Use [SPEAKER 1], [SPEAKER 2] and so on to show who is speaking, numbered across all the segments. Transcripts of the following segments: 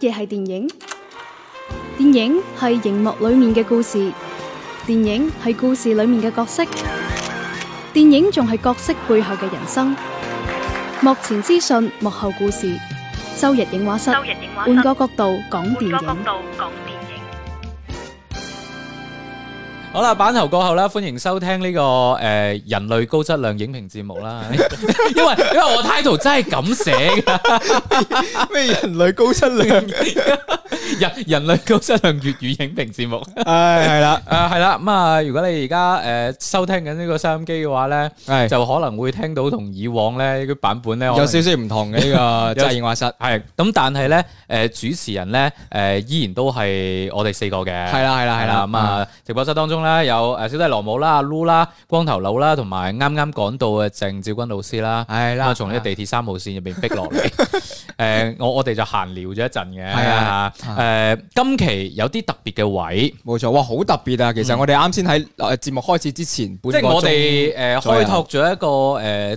[SPEAKER 1] 嘢係電影？電影係熒幕裏面嘅故事，電影係故事裏面嘅角色，電影仲係角色背後嘅人生。幕前資訊，幕後故事。周日影畫室，
[SPEAKER 2] 周日影畫室
[SPEAKER 1] 換個角度講電
[SPEAKER 2] 換個角
[SPEAKER 1] 影。
[SPEAKER 2] 度講電影。
[SPEAKER 3] 好啦，版頭過後啦，歡迎收聽呢、個诶、呃人類高質量影評節目啦。 因為因為我 title 真係咁寫噶，
[SPEAKER 4] 咩人類高質 量？
[SPEAKER 3] 人人類高質量粵語影評節目。
[SPEAKER 4] 唉，係啦，
[SPEAKER 3] 诶係啦，咁啊，如果你而家诶收聽緊呢個收音機嘅話咧，
[SPEAKER 4] 係
[SPEAKER 3] 就可能會聽到同以往咧啲版本咧
[SPEAKER 4] 有少少唔同 嘅呢個真係映畫室。
[SPEAKER 3] 系咁，但係咧诶主持人咧诶、呃依然都係我哋四個嘅。
[SPEAKER 4] 係啦，係啦，係
[SPEAKER 3] 係
[SPEAKER 4] 啦。
[SPEAKER 3] 啦，咁啊，直播室當中咧有诶小弟羅姆啦、阿 Lu 啦、光頭佬啦，同埋啱啱趕到嘅鄭兆君老師啦。
[SPEAKER 4] 嗯，係
[SPEAKER 3] 啦，
[SPEAKER 4] 啦，
[SPEAKER 3] 啊從呢個地鐵三號線入邊逼落 嚟。誒，我我哋就閒聊咗一陣嘅。
[SPEAKER 4] 係啊
[SPEAKER 3] 誒，今期有啲特別嘅位，
[SPEAKER 4] 冇錯，哇，好特別啊！其實我哋啱先喺呃節目開始之前，
[SPEAKER 3] 嗯即
[SPEAKER 4] 即
[SPEAKER 3] 係我哋誒
[SPEAKER 4] 左右
[SPEAKER 3] 開拓咗一個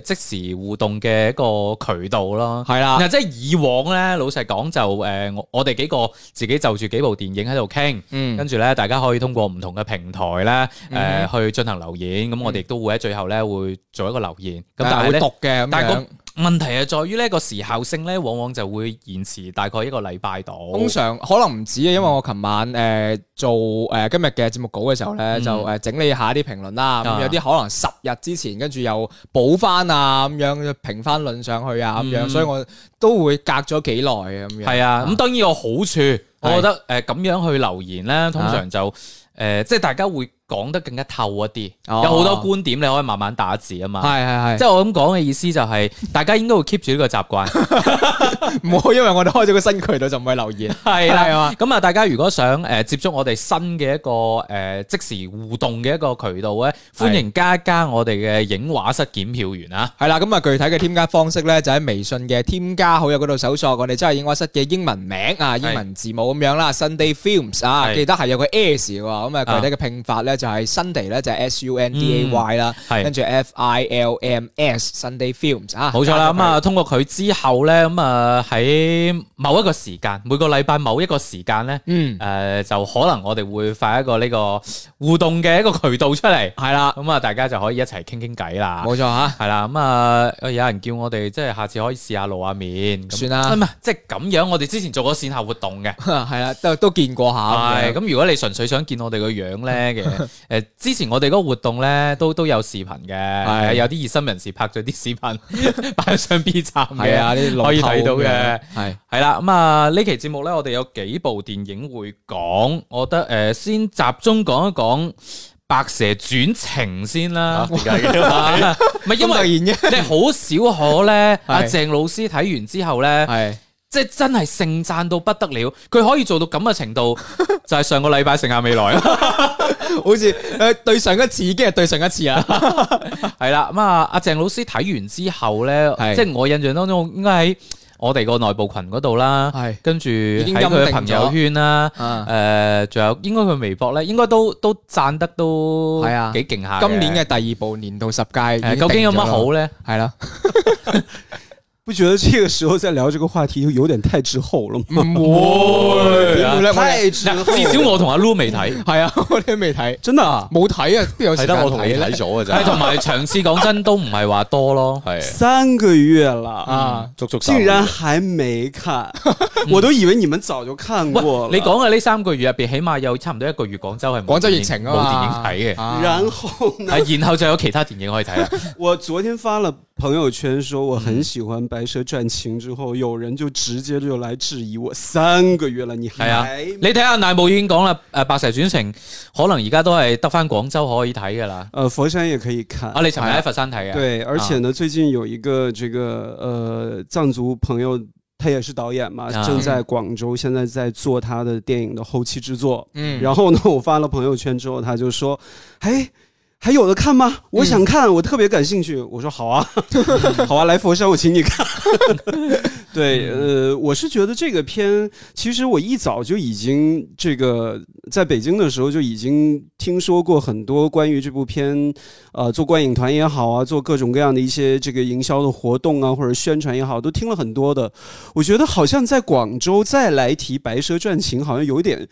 [SPEAKER 3] 誒即時互動嘅一個渠道咯。
[SPEAKER 4] 係啦
[SPEAKER 3] 啊嗱，，即係以往咧，老實講就誒，我我哋幾個自己就住幾部電影喺度傾。
[SPEAKER 4] 嗯
[SPEAKER 3] 跟，住咧，大家可以通過唔同嘅平台咧，誒、
[SPEAKER 4] 嗯
[SPEAKER 3] 去進行留言。咁我哋亦都會喺最後咧會做一個留言。咁但
[SPEAKER 4] 係
[SPEAKER 3] 係
[SPEAKER 4] 會
[SPEAKER 3] 咧
[SPEAKER 4] 讀嘅咁
[SPEAKER 3] 但係個嗯
[SPEAKER 4] 樣。
[SPEAKER 3] 問題係在於呢個時效性咧，往往就會延遲大概一個禮拜度。
[SPEAKER 4] 通常可能唔止啊，因為我琴晚誒做誒今日嘅節目稿嘅時候咧，
[SPEAKER 3] 嗯
[SPEAKER 4] 就誒整理下啲評論啦。
[SPEAKER 3] 啊
[SPEAKER 4] 咁有啲可能十日之前，跟住又補翻啊，咁樣評翻論上去啊，咁
[SPEAKER 3] 嗯
[SPEAKER 4] 樣，所以我都會隔咗幾耐嘅咁樣。
[SPEAKER 3] 係啊，咁當然有好處，我
[SPEAKER 4] 係啊
[SPEAKER 3] 覺得誒咁樣去留言咧，通常就誒、即係大家會講得更加透一啲，
[SPEAKER 4] 哦
[SPEAKER 3] 有好多觀點你可以慢慢打字啊嘛。
[SPEAKER 4] 係係係
[SPEAKER 3] 即。係我咁講嘅意思就係、大家應該會 keep 住呢個習 慣，
[SPEAKER 4] 唔好，因為我哋開咗個新渠道就唔會留言。
[SPEAKER 3] 係
[SPEAKER 4] 係
[SPEAKER 3] 啦
[SPEAKER 4] 嘛。
[SPEAKER 3] 咁啊，大家如果想誒、接觸我哋新嘅一個誒、即時互動嘅一個渠道咧，歡迎加一加我哋嘅影畫室檢票員啊！
[SPEAKER 4] 係啦，咁啊，具體嘅添加方式咧，就喺微信嘅添加好友嗰度搜索我哋真係映畫室嘅英文名啊，英文字母咁樣啦，Sunday Films 啊，
[SPEAKER 3] 係
[SPEAKER 4] 記得係有個 S 喎，咁
[SPEAKER 3] 啊
[SPEAKER 4] 啊，具體嘅拼法咧就係 Sunday 咧就係 S U N D A Y 啦，
[SPEAKER 3] 係
[SPEAKER 4] 跟住 F I L M S Sunday Films 啊，
[SPEAKER 3] 冇錯啦，
[SPEAKER 4] 加咗
[SPEAKER 3] 咁啊，通過佢之後咧，咁啊喺某一個時間，每個禮拜某一個時間咧，誒、
[SPEAKER 4] 佢，嗯，
[SPEAKER 3] 就可能我哋會發一個呢個互動嘅一個渠道出嚟，
[SPEAKER 4] 係啦，
[SPEAKER 3] 咁啊，大家就可以一齊傾傾偈啦。
[SPEAKER 4] 冇錯吓，
[SPEAKER 3] 係啦，咁啊，有人叫我哋即係下次可以試下露下面，咁啊
[SPEAKER 4] 算啦
[SPEAKER 3] 唔係即係咁樣，我哋之前做過線下活動嘅。
[SPEAKER 4] 係啦，都都見過下
[SPEAKER 3] 係
[SPEAKER 4] 咁樣，
[SPEAKER 3] 咁，如果你純粹想見我哋個樣 咧嘅，誒之前我哋嗰個活動咧都都有視頻嘅，
[SPEAKER 4] 係
[SPEAKER 3] 有啲熱心人士拍咗啲視頻 擺上 B 站嘅
[SPEAKER 4] 係，啊，呢啲龍
[SPEAKER 3] 可以
[SPEAKER 4] 頭
[SPEAKER 3] 睇到
[SPEAKER 4] 咁樣
[SPEAKER 3] 嘅，
[SPEAKER 4] 係
[SPEAKER 3] 係啦，咁啊呢期節目咧，我哋有幾部電影會講，我覺得诶、呃先集中講一講《白蛇傳情》先啦。
[SPEAKER 5] 點解嘅？
[SPEAKER 3] 啊 唔係因
[SPEAKER 4] 咁
[SPEAKER 3] 為
[SPEAKER 4] 突然嘅，
[SPEAKER 3] 你好少可咧，阿
[SPEAKER 4] 係
[SPEAKER 3] 鄭老師睇完之後咧，
[SPEAKER 4] 係。
[SPEAKER 3] 即係真係盛讚到不得了，佢可以做到咁嘅程 度，就係上個禮拜盛夏未來啦。
[SPEAKER 4] 好似诶对上一次已經係對上一次啊啦，
[SPEAKER 3] 係啦，咁啊，阿鄭老師睇完之後咧，
[SPEAKER 4] 係
[SPEAKER 3] 即係我印象當中應該喺我哋個內部群嗰度啦，
[SPEAKER 4] 係
[SPEAKER 3] 跟住喺
[SPEAKER 4] 已經
[SPEAKER 3] 佢
[SPEAKER 4] 陰
[SPEAKER 3] 嘅
[SPEAKER 4] 定
[SPEAKER 3] 朋
[SPEAKER 4] 咗
[SPEAKER 3] 友圈啦。
[SPEAKER 4] 啊，
[SPEAKER 3] 诶，仲、有應該佢微博咧，應該都都赞得都
[SPEAKER 4] 係啊
[SPEAKER 3] 幾勁下。
[SPEAKER 4] 今年嘅第二部年度十佳已經
[SPEAKER 3] 誒
[SPEAKER 4] 定咗啦，
[SPEAKER 3] 究竟有乜好咧？
[SPEAKER 4] 係啦，
[SPEAKER 5] 不觉得这个时候再聊这个话题有点太滞后了吗？
[SPEAKER 4] 唔會點會咧？我哋
[SPEAKER 5] 滞
[SPEAKER 3] 嗱至少我同阿 Lu 未 睇，
[SPEAKER 4] 係啊，我哋都未睇，
[SPEAKER 5] 真的啊，
[SPEAKER 4] 冇睇啊，邊有時
[SPEAKER 5] 睇
[SPEAKER 4] 間
[SPEAKER 5] 得我同你
[SPEAKER 4] 睇
[SPEAKER 5] 睇
[SPEAKER 4] 咧？
[SPEAKER 5] 咗嘅
[SPEAKER 3] 係
[SPEAKER 5] 咋，
[SPEAKER 3] 同埋場次講真都唔係話多 咯。
[SPEAKER 5] 系
[SPEAKER 6] 三个月了，
[SPEAKER 4] 啊，
[SPEAKER 5] 足足
[SPEAKER 6] 竟然还没看，我都以为你们早就看
[SPEAKER 3] 喂
[SPEAKER 6] 过，
[SPEAKER 3] 你
[SPEAKER 6] 了。
[SPEAKER 3] 講嘅呢三個月入边，起碼有差唔多一個月廣州係冇
[SPEAKER 4] 廣州
[SPEAKER 3] 電影
[SPEAKER 4] 疫情啊
[SPEAKER 3] 冇電
[SPEAKER 4] 嘛
[SPEAKER 3] 影睇嘅。
[SPEAKER 4] 啊
[SPEAKER 6] 然后 呢，
[SPEAKER 3] 係然後就有其他電影可以睇啦。
[SPEAKER 6] 我昨天发了朋友圈说我很喜欢《白蛇传情》，之后有人就直接就来质疑我，三个月了你
[SPEAKER 3] 係啊
[SPEAKER 6] 还，
[SPEAKER 3] 你睇下大武已經講啦，诶，《白蛇轉情》可能而家都係得翻廣州可以睇噶啦。
[SPEAKER 6] 呃，佛山也可以看
[SPEAKER 3] 啊，。你尋日喺佛山睇嘅，
[SPEAKER 6] 对，而且呢，最近有一个这个呃藏族朋友，他也是导演嘛，
[SPEAKER 3] 啊
[SPEAKER 6] 正在广州，现在在做他的电影的后期制作。
[SPEAKER 4] 嗯，
[SPEAKER 6] 然后呢，我发了朋友圈之后，他就说：“哎，还有的看吗？我想看，我特别感兴趣。”我说：“好啊，好啊，来佛山，我请你看。”对，呃，我是觉得这个片，其实我一早就已经这个在北京的时候就已经听说过很多关于这部片，呃，做观影团也好啊，做各种各样的一些这个营销的活动啊，或者宣传也好，都听了很多的。我觉得好像在广州再来提《白蛇传情》，好像有点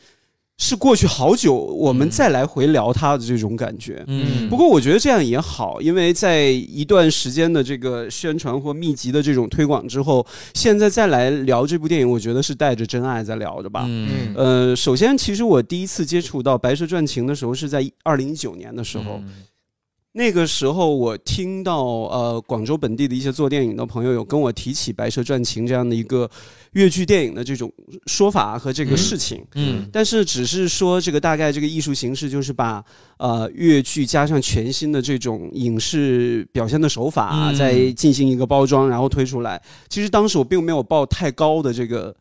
[SPEAKER 6] 是过去好久我们
[SPEAKER 3] 嗯
[SPEAKER 6] 再来回聊它的这种感觉。
[SPEAKER 3] 嗯，
[SPEAKER 6] 不过我觉得这样也好，因为在一段时间的这个宣传或密集的这种推广之后，现在再来聊这部电影，我觉得是带着真爱在聊的吧。
[SPEAKER 3] 嗯，
[SPEAKER 4] 嗯
[SPEAKER 6] 呃，首先，其实我第一次接触到《白蛇传情》的时候是在二零一九年的时
[SPEAKER 3] 嗯
[SPEAKER 6] 候，那个时候我听到呃广州本地的一些做电影的朋友有跟我提起《白蛇传情》这样的一个粤剧电影的这种说法和这个事情，
[SPEAKER 3] 嗯，
[SPEAKER 6] 但是只是说这个大概这个艺术形式就是把呃越剧加上全新的这种影视表现的手法、啊
[SPEAKER 3] 嗯
[SPEAKER 6] 再进行一个包装，然后推出来。其实当时我并没有抱太高的这个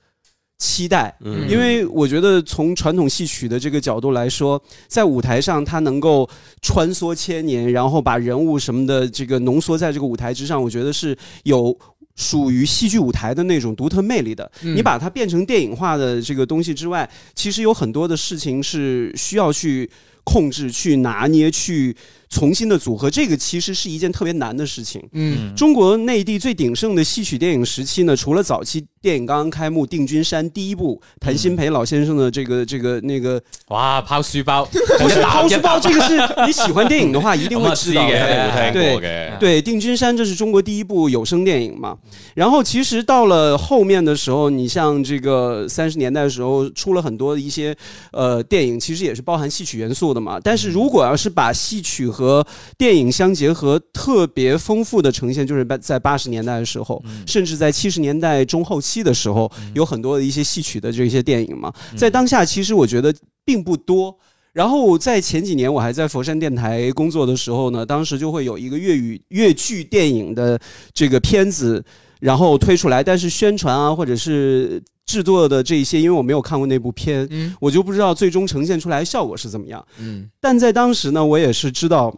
[SPEAKER 6] 期待。
[SPEAKER 5] 嗯
[SPEAKER 6] 因为我觉得从传统戏曲的这个角度来说，在舞台上它能够穿梭千年，然后把人物什么的这个浓缩在这个舞台之上，我觉得是有属于戏剧舞台的那种独特魅力的。你把它变成电影化的这个东西之外，其实有很多的事情是需要去控制、去拿捏、去重新的组合。这个其实是一件特别难的事情。
[SPEAKER 4] 嗯
[SPEAKER 6] 中国内地最鼎盛的戏曲电影时期呢，除了早期电影刚刚开幕《定军山》第一部，谭鑫培老先生的这个这个那个，
[SPEAKER 3] 哇，拋書包，
[SPEAKER 6] 不是
[SPEAKER 3] 打
[SPEAKER 6] 抛书包，这个是你喜欢电影的话一定
[SPEAKER 3] 咁
[SPEAKER 6] 会
[SPEAKER 3] 啊
[SPEAKER 6] 知道
[SPEAKER 3] 嘅，
[SPEAKER 6] 的。
[SPEAKER 3] 睇
[SPEAKER 6] 過
[SPEAKER 3] 嘅，
[SPEAKER 6] 对，《定军山》这是中国第一部有声电影嘛。然后其实到了后面的时候，你像这个三十年代的时候，出了很多一些呃电影，其实也是包含戏曲元素的嘛。但是如果要是把戏曲和电影相结合，特别丰富的呈现，就是在八十年代的时候，甚至在七十年代中后期的时候，有很多的一些戏曲的这些电影嘛。在当下，其实我觉得并不多。然后在前几年我还在佛山电台工作的时候呢，当时就会有一个粤语粤剧电影的这个片子，然后推出来，但是宣传啊或者是制作的这一些，因为我没有看过那部片，
[SPEAKER 4] 嗯
[SPEAKER 6] 我就不知道最终呈现出来的效果是怎么样。
[SPEAKER 4] 嗯
[SPEAKER 6] 但在当时呢，我也是知道。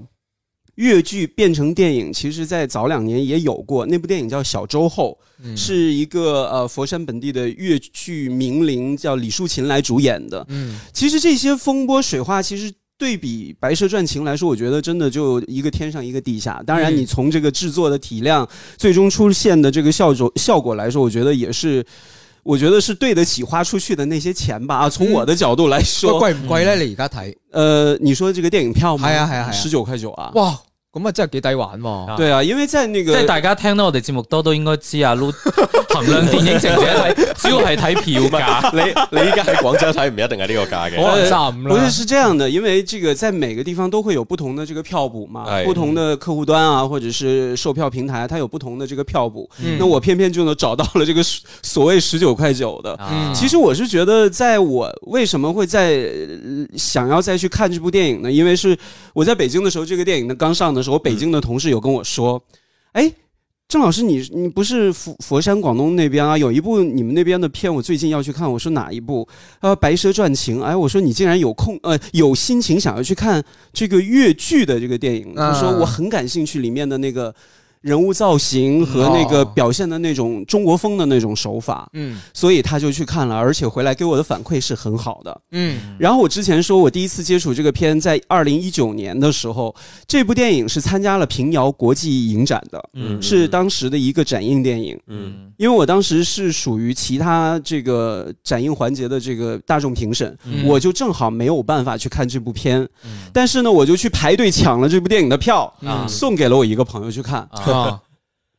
[SPEAKER 6] 粤剧变成电影，其实在早两年也有过，那部电影叫《小周后》，
[SPEAKER 4] 嗯
[SPEAKER 6] 是一个呃佛山本地的粤剧名伶叫李淑琴来主演的。
[SPEAKER 4] 嗯
[SPEAKER 6] 其实这些风波水化，其实对比《白蛇传情》来说，我觉得真的就一个天上一个地下。当然，
[SPEAKER 4] 嗯
[SPEAKER 6] 你从这个制作的体量，最终出现的这个效果效果来说，我觉得也是，我觉得是对得起花出去的那些钱吧。啊，从我的角度来
[SPEAKER 4] 喂
[SPEAKER 6] 说，
[SPEAKER 4] 贵唔貴咧？你而家睇，
[SPEAKER 6] 呃，你说这个电影票吗？
[SPEAKER 4] 係啊係啊係啊
[SPEAKER 6] 十九块九啊。
[SPEAKER 4] 哇，咁啊真係幾抵玩喎！
[SPEAKER 6] 对啊，因为在那
[SPEAKER 3] 即
[SPEAKER 6] 个
[SPEAKER 3] 係大家聽到我哋節目多都應該知啊，Lu 衡量電影值唔值得睇，主要係睇票價。
[SPEAKER 2] 你你依家喺廣州睇唔一定係呢個價嘅。
[SPEAKER 4] 可能三十五
[SPEAKER 6] 不是
[SPEAKER 4] 啦，
[SPEAKER 6] 是这样的，因为这个在每个地方都会有不同的这个票补嘛，
[SPEAKER 2] 哎
[SPEAKER 6] 不同的客户端啊，或者是售票平台，它有不同的这个票补。
[SPEAKER 4] 嗯
[SPEAKER 6] 那我偏偏就能找到了这个所所谓十九块九的。
[SPEAKER 4] 嗯
[SPEAKER 3] 啊
[SPEAKER 6] 其实我是觉得，在我为什么会在、呃想要再去看这部电影呢？因为是我在北京的时候，这个电影呢刚上的时候，北京的同事有跟我说，哎。郑老师你，你不是佛佛山广东那边啊？有一部你们那边的片，我最近要去看。我说哪一部？呃，《白蛇传情》。哎，我说你竟然有空，呃，有心情想要去看这个越剧的这个电影。他说
[SPEAKER 4] 嗯
[SPEAKER 6] 我很感兴趣里面的那个人物造型和那个
[SPEAKER 4] 哦
[SPEAKER 6] 表现的那种中国风的那种手法。
[SPEAKER 4] 嗯
[SPEAKER 6] 所以他就去看了，而且回来给我的反馈是很好的。
[SPEAKER 4] 嗯
[SPEAKER 6] 然后我之前说，我第一次接触这个片在二零一九年的时候，这部电影是参加了平遥国际影展的，
[SPEAKER 3] 嗯
[SPEAKER 6] 是当时的一个展映电影。
[SPEAKER 2] 嗯，
[SPEAKER 6] 因为我当时是属于其他这个展映环节的这个大众评审，
[SPEAKER 3] 嗯
[SPEAKER 6] 我就正好没有办法去看这部片，但是呢，我就去排队抢了这部电影的票，
[SPEAKER 4] 嗯
[SPEAKER 3] 啊
[SPEAKER 6] 送给了我一个朋友去看，
[SPEAKER 4] 啊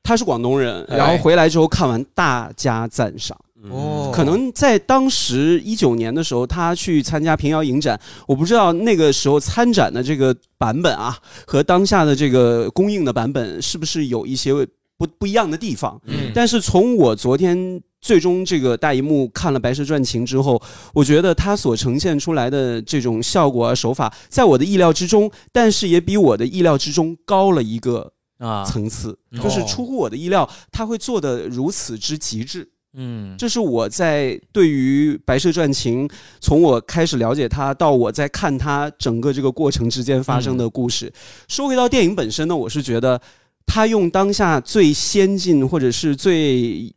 [SPEAKER 6] 他是广东人，
[SPEAKER 2] 哎
[SPEAKER 6] 然后回来之后看完大加赞赏。
[SPEAKER 4] 哦，
[SPEAKER 6] 可能在当时一九年的时候，他去参加平遥影展，我不知道那个时候参展的这个版本啊，和当下的这个公映的版本是不是有一些不不一样的地方？
[SPEAKER 4] 嗯
[SPEAKER 6] 但是从我昨天最终这个大荧幕看了《白蛇传情》之后，我觉得它所呈现出来的这种效果啊手法，在我的意料之中，但是也比我的意料之中高了一个
[SPEAKER 3] 啊，
[SPEAKER 6] 层次，
[SPEAKER 4] 哦
[SPEAKER 3] 嗯
[SPEAKER 6] 就是出乎我的意料，他会做的如此之极致。
[SPEAKER 3] 嗯，
[SPEAKER 6] 这是我在对于《白蛇传情》从我开始了解它到我在看它整个这个过程之间发生的故事。说回到电影本身呢，我是觉得他用当下最先进或者是最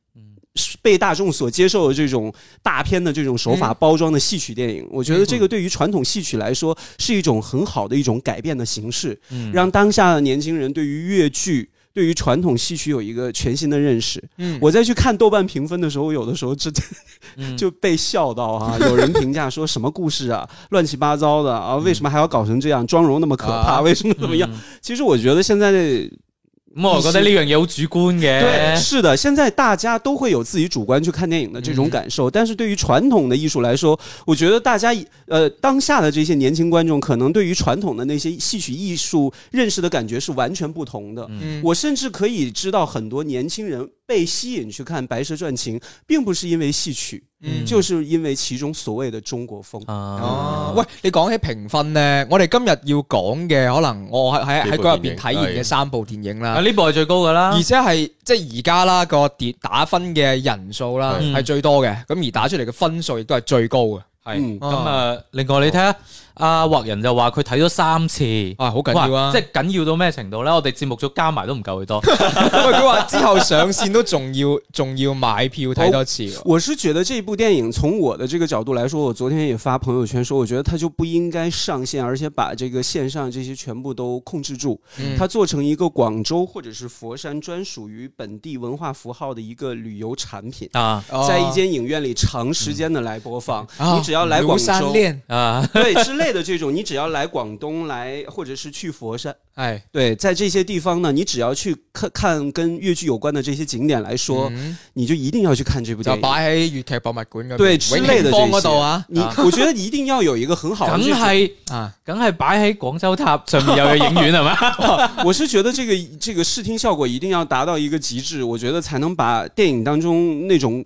[SPEAKER 6] 被大众所接受的这种大片的这种手
[SPEAKER 3] 嗯
[SPEAKER 6] 法包装的戏曲电影，我觉得这个对于传统戏曲来说是一种很好的一种改变的形式，
[SPEAKER 3] 嗯
[SPEAKER 6] 让当下的年轻人对于越剧、对于传统戏曲有一个全新的认识。
[SPEAKER 4] 嗯
[SPEAKER 6] 我在去看豆瓣评分的时候，有的时候真的
[SPEAKER 3] 嗯
[SPEAKER 6] 就被笑到 啊！有人评价说什么故事啊，乱七八糟的啊，为什么还要搞成这样？妆容那么可
[SPEAKER 4] 嗯
[SPEAKER 6] 怕，
[SPEAKER 4] 啊哎
[SPEAKER 6] 为什么怎么样？其实我觉得现在
[SPEAKER 3] 咁我覺得呢樣嘢好主觀
[SPEAKER 6] 对，
[SPEAKER 3] 嘅，
[SPEAKER 6] 是的，现在大家都会有自己主观去看电影的这
[SPEAKER 4] 嗯
[SPEAKER 6] 种感受，但是对于传统的艺术来说，我觉得大家呃当下的这些年轻观众，可能对于传统的那些戏曲艺术认识的感觉是完全不同的。
[SPEAKER 4] 嗯
[SPEAKER 6] 我甚至可以知道很多年轻人被吸引去看《白蛇传情》，并不是因为戏曲，
[SPEAKER 4] 嗯
[SPEAKER 6] 就是因为其中所谓的中国风。
[SPEAKER 3] 啊，，
[SPEAKER 4] 哦喂，你講起評分咧，我哋今日要講嘅可能我喺喺喺
[SPEAKER 2] 幾部
[SPEAKER 4] 嗰入邊
[SPEAKER 2] 電影
[SPEAKER 4] 體驗嘅
[SPEAKER 2] 係
[SPEAKER 4] 三部電影啦
[SPEAKER 3] 啊。呢部係最高噶啦
[SPEAKER 4] 而，且係即係而家啦個跌打分嘅人數啦
[SPEAKER 3] 嗯
[SPEAKER 4] 係最多嘅，咁而打出嚟嘅分數亦都係最高嘅，
[SPEAKER 3] 係
[SPEAKER 6] 嗯
[SPEAKER 4] 哦
[SPEAKER 3] 咁啊。另外你睇下，阿畫人就話佢睇咗三次，
[SPEAKER 4] 啊好緊
[SPEAKER 3] 哇
[SPEAKER 4] 要啊！
[SPEAKER 3] 即
[SPEAKER 4] 即係
[SPEAKER 3] 係緊要到咩程度咧？我哋節目組加埋都唔夠佢多，
[SPEAKER 4] 喂佢話之後上線都仲要仲要買票睇多次喎，
[SPEAKER 6] 我是觉得这部电影从我的这个角度来说，我昨天也发朋友圈说，我觉得它就不应该上线，而且把这个线上这些全部都控制住，
[SPEAKER 4] 嗯
[SPEAKER 6] 它做成一个广州或者是佛山专属于本地文化符号的一个旅游产品。
[SPEAKER 3] 啊
[SPEAKER 4] 哦
[SPEAKER 6] 在一间影院里长时间的来播放，
[SPEAKER 4] 嗯
[SPEAKER 6] 你只要来
[SPEAKER 4] 庐
[SPEAKER 6] 广
[SPEAKER 4] 山
[SPEAKER 6] 州，
[SPEAKER 4] 啊戀
[SPEAKER 3] 啊，
[SPEAKER 6] 对之类的这种，你只要来广东来，或者是去佛山，
[SPEAKER 4] 係
[SPEAKER 6] 对，在这些地方呢，你只要去看看跟粤剧有关的这些景点来说，
[SPEAKER 4] 嗯
[SPEAKER 6] 你就一定要去看这部
[SPEAKER 4] 就
[SPEAKER 6] 电影。
[SPEAKER 4] 擺喺粵劇博物館嗰邊
[SPEAKER 6] 对之
[SPEAKER 4] 永
[SPEAKER 6] 类的
[SPEAKER 4] 慶
[SPEAKER 6] 这
[SPEAKER 4] 坊
[SPEAKER 6] 些
[SPEAKER 4] 嗰度啊
[SPEAKER 6] 你
[SPEAKER 3] 啊
[SPEAKER 6] 我觉得一定要有一个很好的
[SPEAKER 3] 梗
[SPEAKER 6] 这种。
[SPEAKER 3] 係
[SPEAKER 4] 啊！
[SPEAKER 3] 梗係擺喺廣州塔上面有嘅影院係嘛？
[SPEAKER 6] 我是觉得这个这个视听效果一定要达到一个极致，我觉得才能把电影当中那种。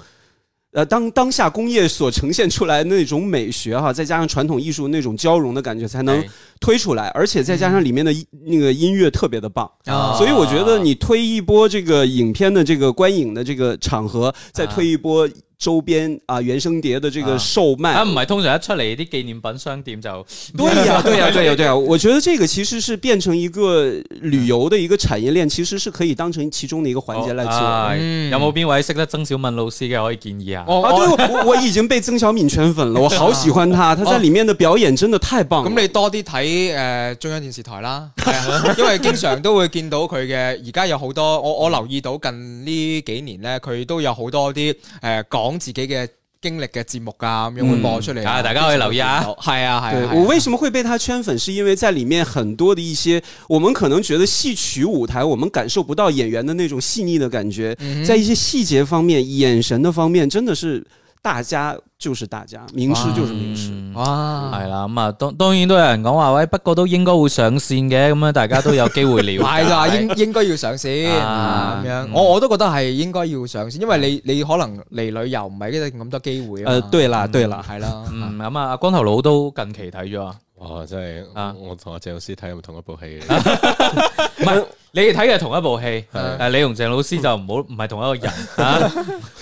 [SPEAKER 6] 呃，当当下工业所呈现出来的那种美学哈，再加上传统艺术那种交融的感觉，才能
[SPEAKER 3] 係
[SPEAKER 6] 推出来。而且再加上里面的音那个音乐特别的棒，
[SPEAKER 4] 啊
[SPEAKER 6] 所以我觉得你推一波这个影片的这个观影的这个场合，再推一波周边啊原声碟的这
[SPEAKER 3] 啊
[SPEAKER 6] 个售卖
[SPEAKER 3] 啊，唔係通常一出嚟啲紀念品商店就
[SPEAKER 6] 对呀、对呀、对呀、对呀、我觉得这个其实是变成一个旅游的一个产业链，其实是可以当成其中的一个环节来做。
[SPEAKER 3] 啊
[SPEAKER 4] 嗯
[SPEAKER 3] 有冇邊位識得曾小敏老師嘅可以建議啊？
[SPEAKER 4] 我
[SPEAKER 6] 啊，
[SPEAKER 4] 我
[SPEAKER 6] 对，我我已经被曾小敏圈粉了，我好喜欢她，她在里面的表演真的太棒了。
[SPEAKER 3] 哦
[SPEAKER 4] 咁你多啲睇誒中央電視 台啦，係啊因為經常都會見到佢嘅。而家有好多我我留意到近呢幾年咧，佢都有好多啲誒、呃、講自己嘅經歷嘅節目啊，咁樣會播出嚟、
[SPEAKER 3] 啊大家可以留意啊
[SPEAKER 4] 經常會見到係啊係啊
[SPEAKER 6] 对
[SPEAKER 4] 係啊，
[SPEAKER 6] 我为什么会被她圈粉，是因为在里面很多的一些我们可能觉得戏曲舞台，我们感受不到演员的那种细腻的感觉，
[SPEAKER 4] 嗯
[SPEAKER 6] 在一些细节方面、眼神的方面，真的是大家就是大家，名师就是名师。
[SPEAKER 3] 嗯
[SPEAKER 4] 哦哇，
[SPEAKER 3] 系啦，咁啊，當当然都有人講話喂，不過都應該會上線嘅，咁啊，大家都有機會了 解。
[SPEAKER 4] 係啦，應應該要上線
[SPEAKER 3] 啊
[SPEAKER 4] 啊咁樣。我我都覺得係應該要上線，因為你你可能嚟旅遊唔係一定咁多機會啊嘛。
[SPEAKER 6] 呃，對啦，對啦，
[SPEAKER 4] 係啦，
[SPEAKER 3] 嗯，咁啊，光頭佬都近期睇咗啊，
[SPEAKER 2] 哇！真哦係
[SPEAKER 3] 啊
[SPEAKER 2] 我同阿鄭老師睇係咪同一部戲？
[SPEAKER 3] 唔係你哋睇嘅同一部戲，
[SPEAKER 4] 係
[SPEAKER 3] 诶，你同鄭老師就唔好唔係同一 個人啊，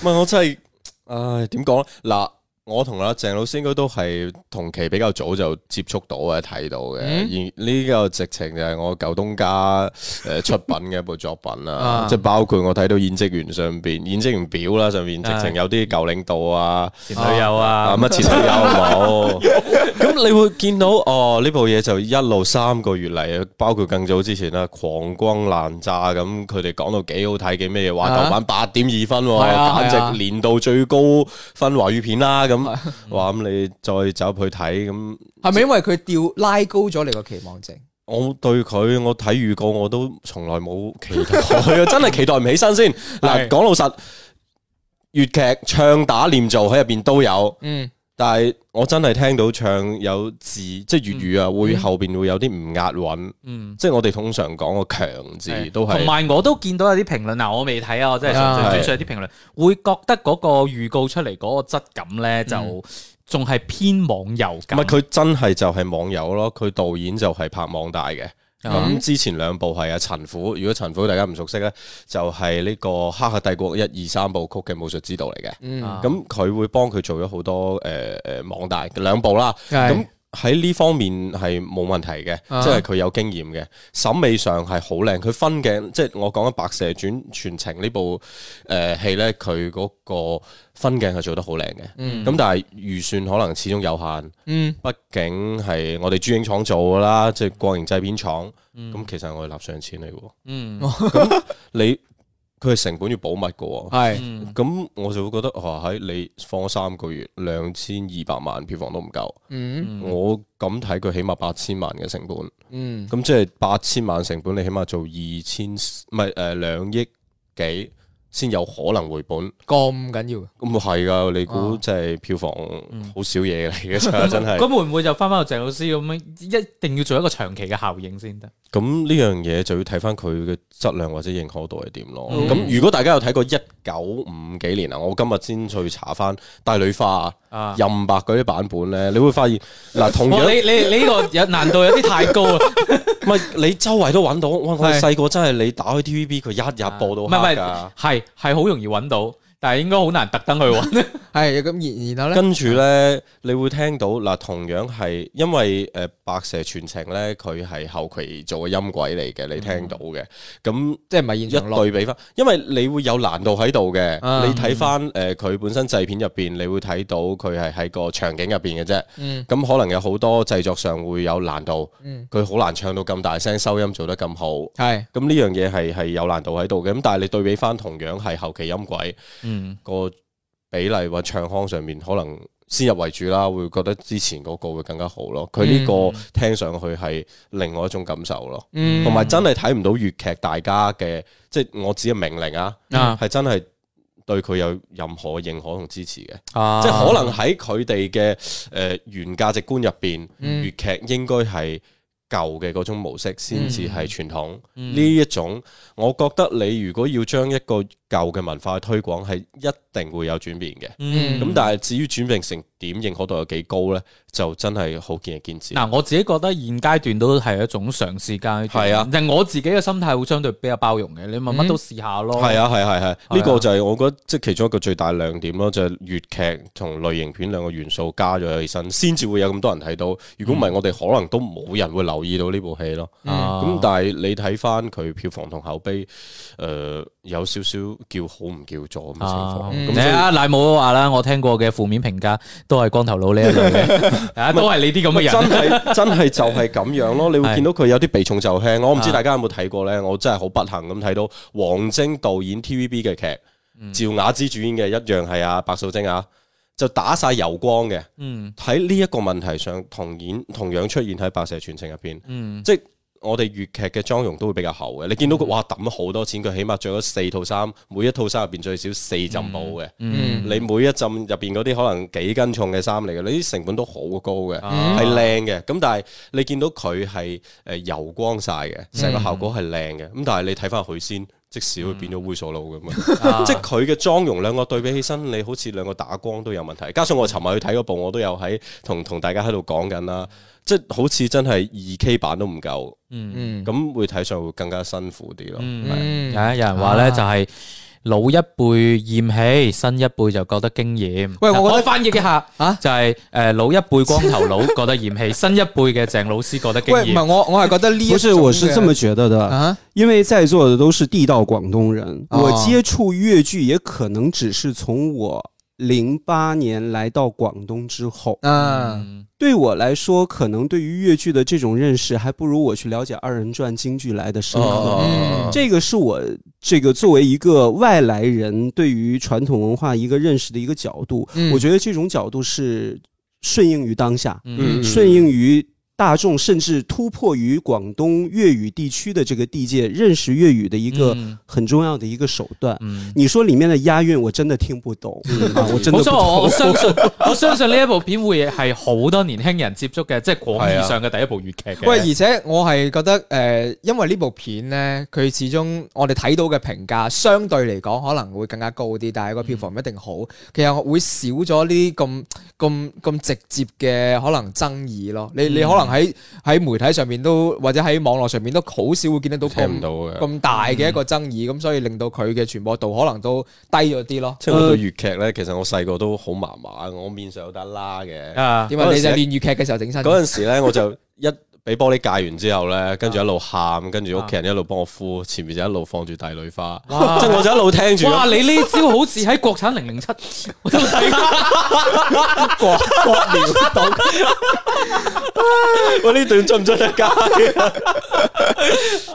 [SPEAKER 2] 唔係我真係，唉，點講咧？嗱，我同阿鄭老師應該都係同期比較早就接觸到或者睇到嘅。而呢個直情就係我舊東家誒出品嘅一部作品啦
[SPEAKER 4] 啊，
[SPEAKER 2] 即係包括我睇到演職員上邊、演職員表啦上面，直情有啲舊領導啊。
[SPEAKER 3] 前女友啊
[SPEAKER 2] 啊，乜前女友冇？ 咁你會見到哦，呢部嘢就一路三個月嚟，包括更早之前啦，狂轟爛炸咁，佢哋講到幾好睇，幾咩嘢，話
[SPEAKER 4] 啊
[SPEAKER 2] 豆瓣八點二分
[SPEAKER 4] 係啊
[SPEAKER 2] 喎，
[SPEAKER 4] 係啊
[SPEAKER 2] 簡直年度最高分華語片啦
[SPEAKER 4] 嗯
[SPEAKER 2] 咁。話咁你再走入去睇咁，
[SPEAKER 4] 係咪因為佢調拉高咗你個期望值？
[SPEAKER 2] 我對佢我睇預告我都從來冇期待， 真係期待唔起身先。
[SPEAKER 4] 係
[SPEAKER 2] 嗱，講老實，粵劇唱打念做喺入邊都有。
[SPEAKER 4] 嗯，
[SPEAKER 2] 但係我真係聽到唱有字，即係粵語啊，會後邊會有啲唔押韻，
[SPEAKER 3] 嗯。
[SPEAKER 2] 即係我哋通常講個強字都
[SPEAKER 3] 同
[SPEAKER 2] 係
[SPEAKER 3] 埋我都見到有啲評論，嗱我未睇啊，我真係純
[SPEAKER 4] 啊
[SPEAKER 3] 粹
[SPEAKER 2] 係
[SPEAKER 3] 轉述一啲評論，會覺得嗰個預告出嚟嗰個質感咧，就仲係偏網遊
[SPEAKER 2] 唔
[SPEAKER 3] 感。
[SPEAKER 2] 啊係佢真係就係網友咯，佢導演就係拍網大嘅。咁之前兩部係啊陳虎，如果陳虎大家唔熟悉咧，就係呢個《黑客帝國》一二三部曲嘅武術指導嚟嘅。
[SPEAKER 4] 嗯，
[SPEAKER 3] 啊
[SPEAKER 2] 咁佢會幫佢做咗好多誒誒網大兩部啦。
[SPEAKER 4] 係
[SPEAKER 2] 咁喺呢方面係冇問題嘅，
[SPEAKER 4] 啊
[SPEAKER 2] 即係佢有經驗嘅，審美上係好靚。佢分鏡，即係我講緊《白蛇傳》全程呢部誒戲咧，佢嗰個分鏡係做得好靚嘅。咁、
[SPEAKER 4] 嗯
[SPEAKER 2] 但係預算可能始終有限，
[SPEAKER 4] 嗯，
[SPEAKER 2] 畢竟係我哋珠影廠做噶啦，即係國營製片廠。咁、
[SPEAKER 4] 嗯
[SPEAKER 2] 其實我哋納上錢嚟喎，
[SPEAKER 3] 嗯，
[SPEAKER 2] 你佢係成本要保密嘅喎。
[SPEAKER 4] 系
[SPEAKER 3] 嗯
[SPEAKER 2] 咁我就會覺得，哇！喺你放咗三個月，兩千二百萬票房都唔夠，
[SPEAKER 4] 嗯
[SPEAKER 2] 我咁睇佢起碼八千萬嘅成本，
[SPEAKER 4] 嗯
[SPEAKER 2] 咁即係八千萬成本，你起碼做二千唔係誒兩億幾先有可能回本，
[SPEAKER 4] 咁緊要嘅，
[SPEAKER 2] 咁係噶，你估
[SPEAKER 4] 啊
[SPEAKER 2] 即係票房
[SPEAKER 3] 嗯
[SPEAKER 2] 好少嘢嚟嘅 啫，真係。
[SPEAKER 3] 咁會唔會就翻翻到鄭老師咁樣，一定要做一個長期嘅效應先得？
[SPEAKER 2] 咁呢樣嘢就要睇翻佢嘅質量或者認可度係點咯。
[SPEAKER 3] 嗯
[SPEAKER 2] 咁、如果大家有睇過一九五幾年啊，我今日先去查翻《大女花》
[SPEAKER 3] 啊
[SPEAKER 2] 啊、，任白嗰啲版本咧，你會發現嗱，同
[SPEAKER 3] 哇！
[SPEAKER 2] 樣
[SPEAKER 3] 你你你呢個有難度有啲太 高啊啦，
[SPEAKER 2] 唔係你周圍都揾到。哇！我哋
[SPEAKER 4] 係
[SPEAKER 2] 細個真係你打開 TVB，佢一日播到
[SPEAKER 3] 啊唔係唔
[SPEAKER 2] 黑
[SPEAKER 3] 係
[SPEAKER 2] 㗎。
[SPEAKER 3] 係係好容易揾到，但係應該好難特登去揾。
[SPEAKER 4] 係咁然然後咧，
[SPEAKER 2] 跟住呢，你會聽到嗱，同樣係因為誒、呃白蛇傳情呢，佢係後期做嘅音軌嚟
[SPEAKER 3] 嗯
[SPEAKER 2] 嘅，你聽到嘅。咁、
[SPEAKER 4] 即係唔係現場
[SPEAKER 2] 一
[SPEAKER 4] 落
[SPEAKER 2] 對比翻，因為你會有難度喺度嘅。
[SPEAKER 4] 啊
[SPEAKER 2] 你睇
[SPEAKER 3] 嗯
[SPEAKER 2] 翻誒佢本身製片入邊，你會睇到佢係喺個場景入邊嘅啫。
[SPEAKER 4] 嗯
[SPEAKER 2] 咁可能有好多製作上會有難度，
[SPEAKER 4] 嗯
[SPEAKER 2] 佢好難唱到咁大聲，收音做得咁好。
[SPEAKER 4] 係
[SPEAKER 2] 咁呢樣嘢係係有難度喺度嘅，咁但係你對比翻同樣係後期音軌
[SPEAKER 3] 嗯
[SPEAKER 2] 個比例或唱腔上面，可能先入為主啦，會覺得之前嗰個會更加好咯。佢呢個聽上去係另外一種感受咯，
[SPEAKER 4] 嗯
[SPEAKER 2] 同埋真係睇唔到粵劇大家嘅，即係我只係命令啊，
[SPEAKER 3] 啊
[SPEAKER 2] 係真係對佢有任何認可同支持嘅。
[SPEAKER 3] 啊
[SPEAKER 2] 即係可能喺佢哋嘅誒原價值觀入邊，
[SPEAKER 4] 嗯
[SPEAKER 2] 粵劇應該係舊嘅嗰種模式先至係傳統。
[SPEAKER 3] 嗯
[SPEAKER 2] 呢一種，我覺得你如果要將一個舊嘅文化去推廣，係一定會有轉變嘅。
[SPEAKER 3] 嗯
[SPEAKER 2] 咁但係至於轉變成點，認可度有幾高呢？就真係好見仁見智。
[SPEAKER 3] 嗱，我自己覺得現階段都係一種嘗試階段。
[SPEAKER 2] 係啊，
[SPEAKER 3] 但我自己嘅心態會相對比較包容嘅，你咪乜
[SPEAKER 4] 嗯
[SPEAKER 3] 都試下咯。
[SPEAKER 2] 係啊，係係係，
[SPEAKER 3] 係啊
[SPEAKER 2] 呢個就係我覺得即係其中一個最大亮點咯，就係粵劇同類型片兩個元素加咗起身，先至會有咁多人睇到。如果唔係，我哋可能都冇人會留意到呢部戲咯。
[SPEAKER 3] 嗯啊，
[SPEAKER 2] 咁但係你睇翻佢票房同口碑，誒有少少叫好唔叫座咁嘅
[SPEAKER 3] 啊，
[SPEAKER 2] 情況。咁
[SPEAKER 3] 你
[SPEAKER 2] 所以
[SPEAKER 3] 啊，賴姆都話啦，我聽過嘅負面評價都係光頭佬呢一類 嘅，啊，都係你啲咁嘅
[SPEAKER 2] 真
[SPEAKER 3] 人。
[SPEAKER 2] 係真係就係咁樣咯，你會
[SPEAKER 3] 係
[SPEAKER 2] 見到佢有啲避重就輕。我唔知
[SPEAKER 3] 啊
[SPEAKER 2] 大家有冇睇過呢？我真係好不幸咁睇到王晶導演 TVB 嘅
[SPEAKER 3] 嗯
[SPEAKER 2] 劇，趙雅芝主演嘅一樣係啊白素貞啊，就打晒油光嘅。
[SPEAKER 3] 嗯
[SPEAKER 2] 喺呢一個問題上，同演同樣出現喺《白蛇傳情》入邊，
[SPEAKER 3] 嗯，
[SPEAKER 2] 即係我哋粵劇嘅妝容都會比較厚嘅。你見到佢哇抌咗好多錢，佢起碼着咗四套衫，每一套衫入邊最少四浸布嘅。
[SPEAKER 3] 嗯
[SPEAKER 2] 你每一浸入邊嗰啲可能幾斤重嘅衫嚟嘅，你啲成本都好高嘅。
[SPEAKER 3] 啊
[SPEAKER 2] 係靚嘅，咁但係你見到佢係誒油光晒
[SPEAKER 3] 嗯
[SPEAKER 2] 嘅，成個效果係靚嘅，咁、但係你睇翻佢先，即使會變咗猥瑣佬咁啊！
[SPEAKER 3] 啊
[SPEAKER 2] 即係佢嘅妝容兩個對比起身，你好似兩個打光都有問題。加上我尋日去睇嗰部，我都有喺同同大家喺度講緊啦，即係好似真係二 K 版都唔夠，
[SPEAKER 3] 嗯
[SPEAKER 4] 嗯
[SPEAKER 2] 咁會睇上會更加辛苦啲咯。係
[SPEAKER 4] 嗯
[SPEAKER 3] 啊，有人話咧
[SPEAKER 4] 啊
[SPEAKER 3] 就係老一輩厭棄，新一輩就覺得驚豔。
[SPEAKER 4] 喂我覺得
[SPEAKER 3] 嗱翻譯一下
[SPEAKER 4] 啊
[SPEAKER 3] 就係誒老一輩光頭佬覺得厭棄， 新一輩嘅鄭老師覺得驚
[SPEAKER 4] 喂，
[SPEAKER 3] 豔
[SPEAKER 4] 唔係。我我係覺得呢一
[SPEAKER 6] 不是，
[SPEAKER 4] 種
[SPEAKER 6] 我是
[SPEAKER 4] 嘅
[SPEAKER 6] 这么觉得的，
[SPEAKER 4] 啊，
[SPEAKER 6] 因为在座的都是地道广东人，
[SPEAKER 4] 哦
[SPEAKER 6] 我接触粤剧也可能只是从我零八年来到广东之后，
[SPEAKER 4] 嗯
[SPEAKER 3] 嗯
[SPEAKER 6] 对我来说，可能对于粤剧的这种认识，还不如我去了解二人转、京剧来的深刻。
[SPEAKER 3] 嗯
[SPEAKER 2] 哦
[SPEAKER 6] 这个是我这个作为一个外来人对于传统文化一个认识的一个角度，
[SPEAKER 4] 嗯
[SPEAKER 6] 我觉得这种角度是顺应于当下，
[SPEAKER 3] 嗯
[SPEAKER 6] 顺应于大众，甚至突破于广东粤语地区的这个地界，认识粤语的一个
[SPEAKER 3] 嗯
[SPEAKER 6] 很重要的一个手段。
[SPEAKER 3] 嗯。
[SPEAKER 6] 你说里面的押韵，我真的听不懂、啊，我真的
[SPEAKER 3] 冇錯，
[SPEAKER 6] 不
[SPEAKER 3] 我
[SPEAKER 6] 懂
[SPEAKER 3] 我。相信我相信呢一部片會係好多年輕人接觸嘅，即係廣義上嘅第一部粵劇嘅。
[SPEAKER 4] 喂，而且我係覺得誒、呃因為呢部片咧，佢始終我哋睇到嘅評價相對嚟講可能會更加高啲，但係個票房唔一定好。其實會少咗呢啲咁咁咁直接嘅可能爭議咯。你你可能喺喺媒體上面都或者喺網絡上面都好少會見得到
[SPEAKER 2] 聽唔
[SPEAKER 4] 咁
[SPEAKER 2] 到嘅。
[SPEAKER 4] 咁大嘅一個爭議，咁所以令到佢嘅傳播度可能都低咗啲咯。
[SPEAKER 2] 即係我對粵劇咧，其實我細個都好麻麻，我面上有得拉嘅。
[SPEAKER 3] 啊，
[SPEAKER 4] 點啊？你就係練粵劇嘅時候整親
[SPEAKER 2] 嗰陣時咧，我就一俾玻璃戒完之後咧，跟住一路喊，跟住屋
[SPEAKER 3] 啊
[SPEAKER 2] 企人一路幫我敷，前面就一路放住帝女花，即係我就一路聽住。
[SPEAKER 3] 哇！你呢招好似喺國產零零七，我都睇過。
[SPEAKER 2] 國國苗黨，我呢段出唔出得街啊？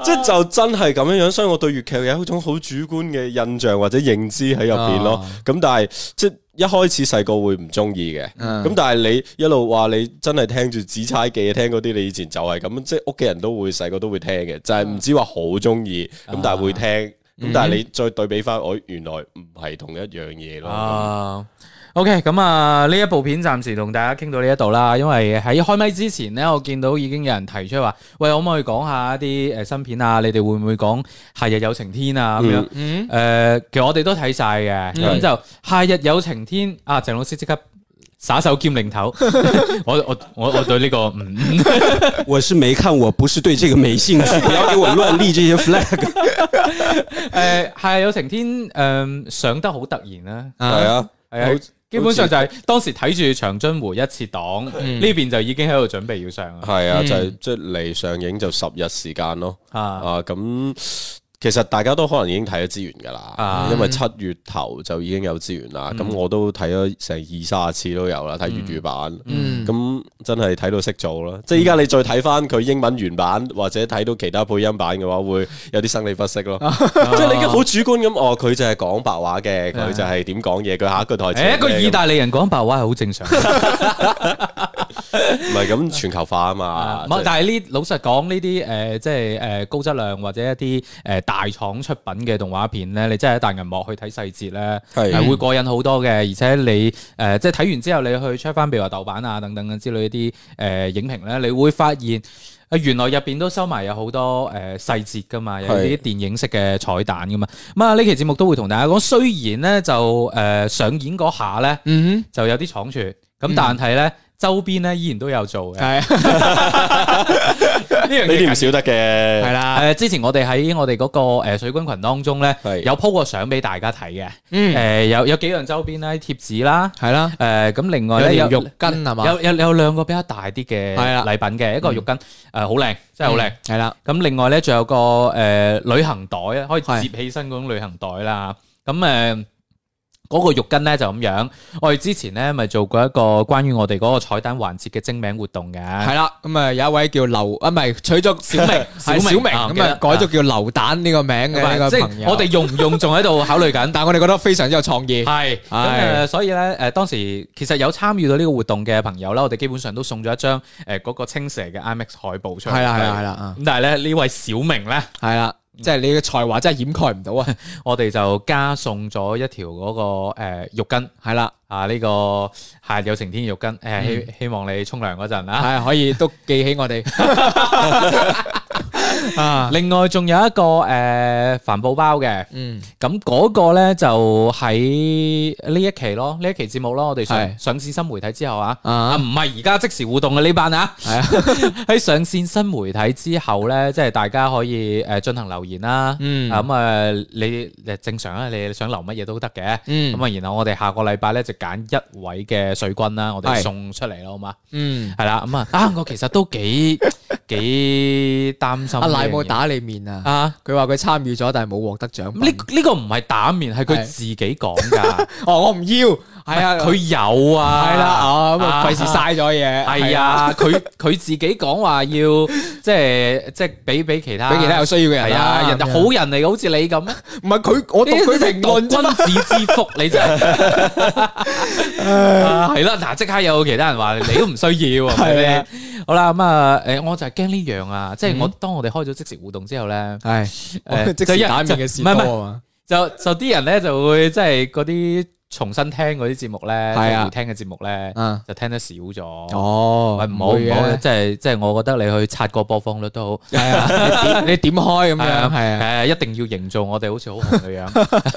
[SPEAKER 2] 即係就真係咁樣樣，所以我對粵劇有一種好主觀嘅印象或者認知喺入邊咯
[SPEAKER 4] 啊。
[SPEAKER 2] 咁、但係即係一開始細個會唔中意嘅，咁、
[SPEAKER 3] 啊
[SPEAKER 4] 嗯
[SPEAKER 2] 但係你一路話你真係聽住《紫钗記》聽嗰啲，你以前就係咁，即係屋企人都會細個都會聽嘅，就係、唔知話好中意，
[SPEAKER 3] 啊
[SPEAKER 2] 咁但係會聽。
[SPEAKER 3] 嗯
[SPEAKER 2] 咁但係你再對比翻，我原來唔係同一樣嘢咯。
[SPEAKER 3] 啊，OK，咁啊，呢一部片暫時同大家傾到呢一度啦，因為喺開咪之前呢，我見到已經有人提出話，喂，可唔可以講下一啲誒新片啊？你哋會唔會講《夏日有晴天》啊？咁樣。
[SPEAKER 4] 嗯。
[SPEAKER 3] 誒、呃其實我哋都睇晒嘅，咁
[SPEAKER 2] 嗯
[SPEAKER 3] 就夏日有晴天啊！鄭老師即刻耍手兼擰頭， 我我我我對呢、個唔、 嗯
[SPEAKER 5] 我是没看，我不是对这个没兴趣，不要给我乱立这 些 flag。
[SPEAKER 3] 誒呃夏日有晴天誒、上得好突然啦、
[SPEAKER 2] 係啊，
[SPEAKER 3] 係啊，基本上就係當時睇住長津湖一次檔，呢、邊就已經喺度準備要上啦，
[SPEAKER 2] 係啊，就係即係嚟上映就十日時間咯。
[SPEAKER 3] 嗯啊
[SPEAKER 2] 啊，咁其實大家都可能已經睇咗資源㗎
[SPEAKER 3] 啊嗯
[SPEAKER 2] 啦，因為七月頭就已經有資源啦。咁我都睇咗成二三十次都有啦，睇粵語版。
[SPEAKER 4] 嗯
[SPEAKER 2] 咁真係睇到識做咯。即係依家你再睇翻佢英文原版，或者睇到其他配音版嘅話，會有啲生理不適咯。
[SPEAKER 3] 啊
[SPEAKER 2] 即係你已經好主觀咁，哦，佢就係講白話嘅，佢就係點講嘢，佢下一句台詞係咩
[SPEAKER 3] 啊誒一個意大利人講白話係好正常，
[SPEAKER 2] 咁唔係咁全球化啊
[SPEAKER 3] 啊唔
[SPEAKER 2] 嘛。即
[SPEAKER 3] 係
[SPEAKER 2] 係
[SPEAKER 3] 但係呢老實講呢啲誒即係誒高質量或者一啲誒大廠出品嘅動畫片咧，你真係喺大銀幕去睇細節咧。係會過癮好多嘅，而且你誒、呃即係睇完之後，你去 check 翻，譬如話豆瓣啊等等嘅之類一啲誒、呃影評咧，你會發現。啊，原來入邊都收埋有好多呃誒細節噶嘛，有啲電影式嘅彩蛋噶嘛。咁啊，呢期節目都會同大家講，雖然咧就誒、呃上演嗰下咧
[SPEAKER 4] 嗯
[SPEAKER 3] 就有啲倉促，咁但係咧周邊咧依然都有做嘅。
[SPEAKER 4] 哼，嗯系
[SPEAKER 3] 呢樣
[SPEAKER 2] 呢
[SPEAKER 3] 嘢
[SPEAKER 2] 啲唔少得嘅。
[SPEAKER 4] 系啦，
[SPEAKER 3] 誒，之前我哋喺我哋嗰個誒水軍群當中咧，
[SPEAKER 2] 係
[SPEAKER 3] 有 po 過相俾大家睇嘅。
[SPEAKER 4] 嗯
[SPEAKER 3] 誒，有有幾樣周邊啦，貼紙啦。
[SPEAKER 4] 系啦，
[SPEAKER 3] 誒咁另外
[SPEAKER 4] 有
[SPEAKER 3] 咧有
[SPEAKER 4] 條肉筋係嘛，
[SPEAKER 3] 有有有兩個比較大啲嘅
[SPEAKER 4] 係啦
[SPEAKER 3] 禮品嘅，一個浴巾誒好靚，真係好靚。
[SPEAKER 4] 系嗯啦，
[SPEAKER 3] 咁另外咧仲有個誒旅行袋啊，可以摺
[SPEAKER 4] 係
[SPEAKER 3] 起身嗰種旅行袋啦。咁誒。嗰個浴巾咧就咁樣，我哋之前咧咪做過一個關於我哋嗰個彩蛋環節嘅徵名活動
[SPEAKER 4] 系
[SPEAKER 3] 嘅，
[SPEAKER 4] 啦，咁啊有一位叫劉啊，唔係取咗
[SPEAKER 3] 小明
[SPEAKER 4] 係小明，
[SPEAKER 3] 啊
[SPEAKER 4] 咁
[SPEAKER 3] 記得
[SPEAKER 4] 啊改咗叫劉蛋呢個名嘅呢個
[SPEAKER 3] 即
[SPEAKER 4] 朋
[SPEAKER 3] 係
[SPEAKER 4] 友，
[SPEAKER 3] 我哋啊用唔用仲喺度考慮緊。
[SPEAKER 4] 但我哋覺得非常之有創意，
[SPEAKER 3] 係咁
[SPEAKER 4] 係
[SPEAKER 3] 誒，所以咧誒，當時其實有參與到呢個活動嘅朋友啦，我哋基本上都送咗一張誒嗰個青蛇嘅 IMAX 海報出嚟。
[SPEAKER 4] 係啦係啦係啦，啊
[SPEAKER 3] 咁但係咧呢位小明咧，
[SPEAKER 4] 係啦，即係你嘅才華真係掩蓋唔到 啊，
[SPEAKER 3] 我哋就加送咗一條嗰、個呃浴巾
[SPEAKER 4] 係啦，嗯
[SPEAKER 3] 啊，呢、個夏日有晴天嘅浴巾，誒、呃希希望你沖涼嗰陣啊。
[SPEAKER 4] 係可以都記起我哋啊，
[SPEAKER 3] 另外仲有一個誒、呃、帆布包嘅，
[SPEAKER 4] 嗯，
[SPEAKER 3] 咁嗰個咧就喺呢一期咯，呢一期節目咯，我哋上
[SPEAKER 4] 係
[SPEAKER 3] 上線新媒體之後啊。啊，
[SPEAKER 4] 啊
[SPEAKER 3] 唔係而家即時互動嘅呢班啊，
[SPEAKER 4] 係啊
[SPEAKER 3] 喺上線新媒體之後咧，即係大家可以誒進行留言啦。
[SPEAKER 4] 嗯
[SPEAKER 3] 啊咁啊，你誒正常啊，你想留乜嘢都得嘅。
[SPEAKER 4] 嗯
[SPEAKER 3] 咁啊，然後我哋下個禮拜咧就揀一位嘅水軍啦，我哋
[SPEAKER 4] 係
[SPEAKER 3] 送出嚟咯，好嘛？
[SPEAKER 4] 嗯，
[SPEAKER 3] 係啦，咁啊，啊，我其實都 幾幾擔心
[SPEAKER 4] 阿
[SPEAKER 3] 呢樣嘢。
[SPEAKER 4] 賴冇打你面啊，
[SPEAKER 3] 啊！
[SPEAKER 4] 佢話佢參與咗，但係冇獲得獎
[SPEAKER 3] 咁呢
[SPEAKER 4] 品，
[SPEAKER 3] 呢個唔係打面，係佢
[SPEAKER 4] 係
[SPEAKER 3] 自己講㗎。
[SPEAKER 4] 哦我唔要， 係啊，
[SPEAKER 3] 佢有啊，
[SPEAKER 4] 係啦，哦咁啊費事嘥咗嘢，
[SPEAKER 3] 系啊，佢佢自己講話要即係即係俾俾其他
[SPEAKER 4] 俾其他有需要嘅人
[SPEAKER 3] 係
[SPEAKER 4] 啦，
[SPEAKER 3] 啊，人哋
[SPEAKER 4] 咁樣
[SPEAKER 3] 好人嚟嘅，好似你咁咩？
[SPEAKER 4] 唔係佢，我讀 佢 評論啫嘛。
[SPEAKER 3] 君子之福，你就 係啊係啦。嗱，即刻有其他人話你都唔需要，係
[SPEAKER 4] 係
[SPEAKER 3] 咪
[SPEAKER 4] 啊
[SPEAKER 3] 好啦，咁啊，誒，我就係驚呢樣啊，即係我當我哋開咗即時互動之後咧，
[SPEAKER 4] 唉，
[SPEAKER 3] 誒
[SPEAKER 4] 哦 即
[SPEAKER 3] 就一
[SPEAKER 4] 時打面嘅事
[SPEAKER 3] 唔係唔係
[SPEAKER 4] 多啊嘛，
[SPEAKER 3] 就就啲人咧就會即係嗰啲重新聽嗰啲節目咧，即
[SPEAKER 4] 係啊
[SPEAKER 3] 係回聽嘅節目咧，
[SPEAKER 4] 嗯，
[SPEAKER 3] 就聽得少咗。
[SPEAKER 4] 哦
[SPEAKER 3] 喂，唔好唔好，即係即係，我覺得你去刷個播放率都好，
[SPEAKER 4] 系 啊，你點 開咁
[SPEAKER 3] 係
[SPEAKER 4] 樣，係啊，
[SPEAKER 3] 誒一定要營造我哋好似好紅嘅樣。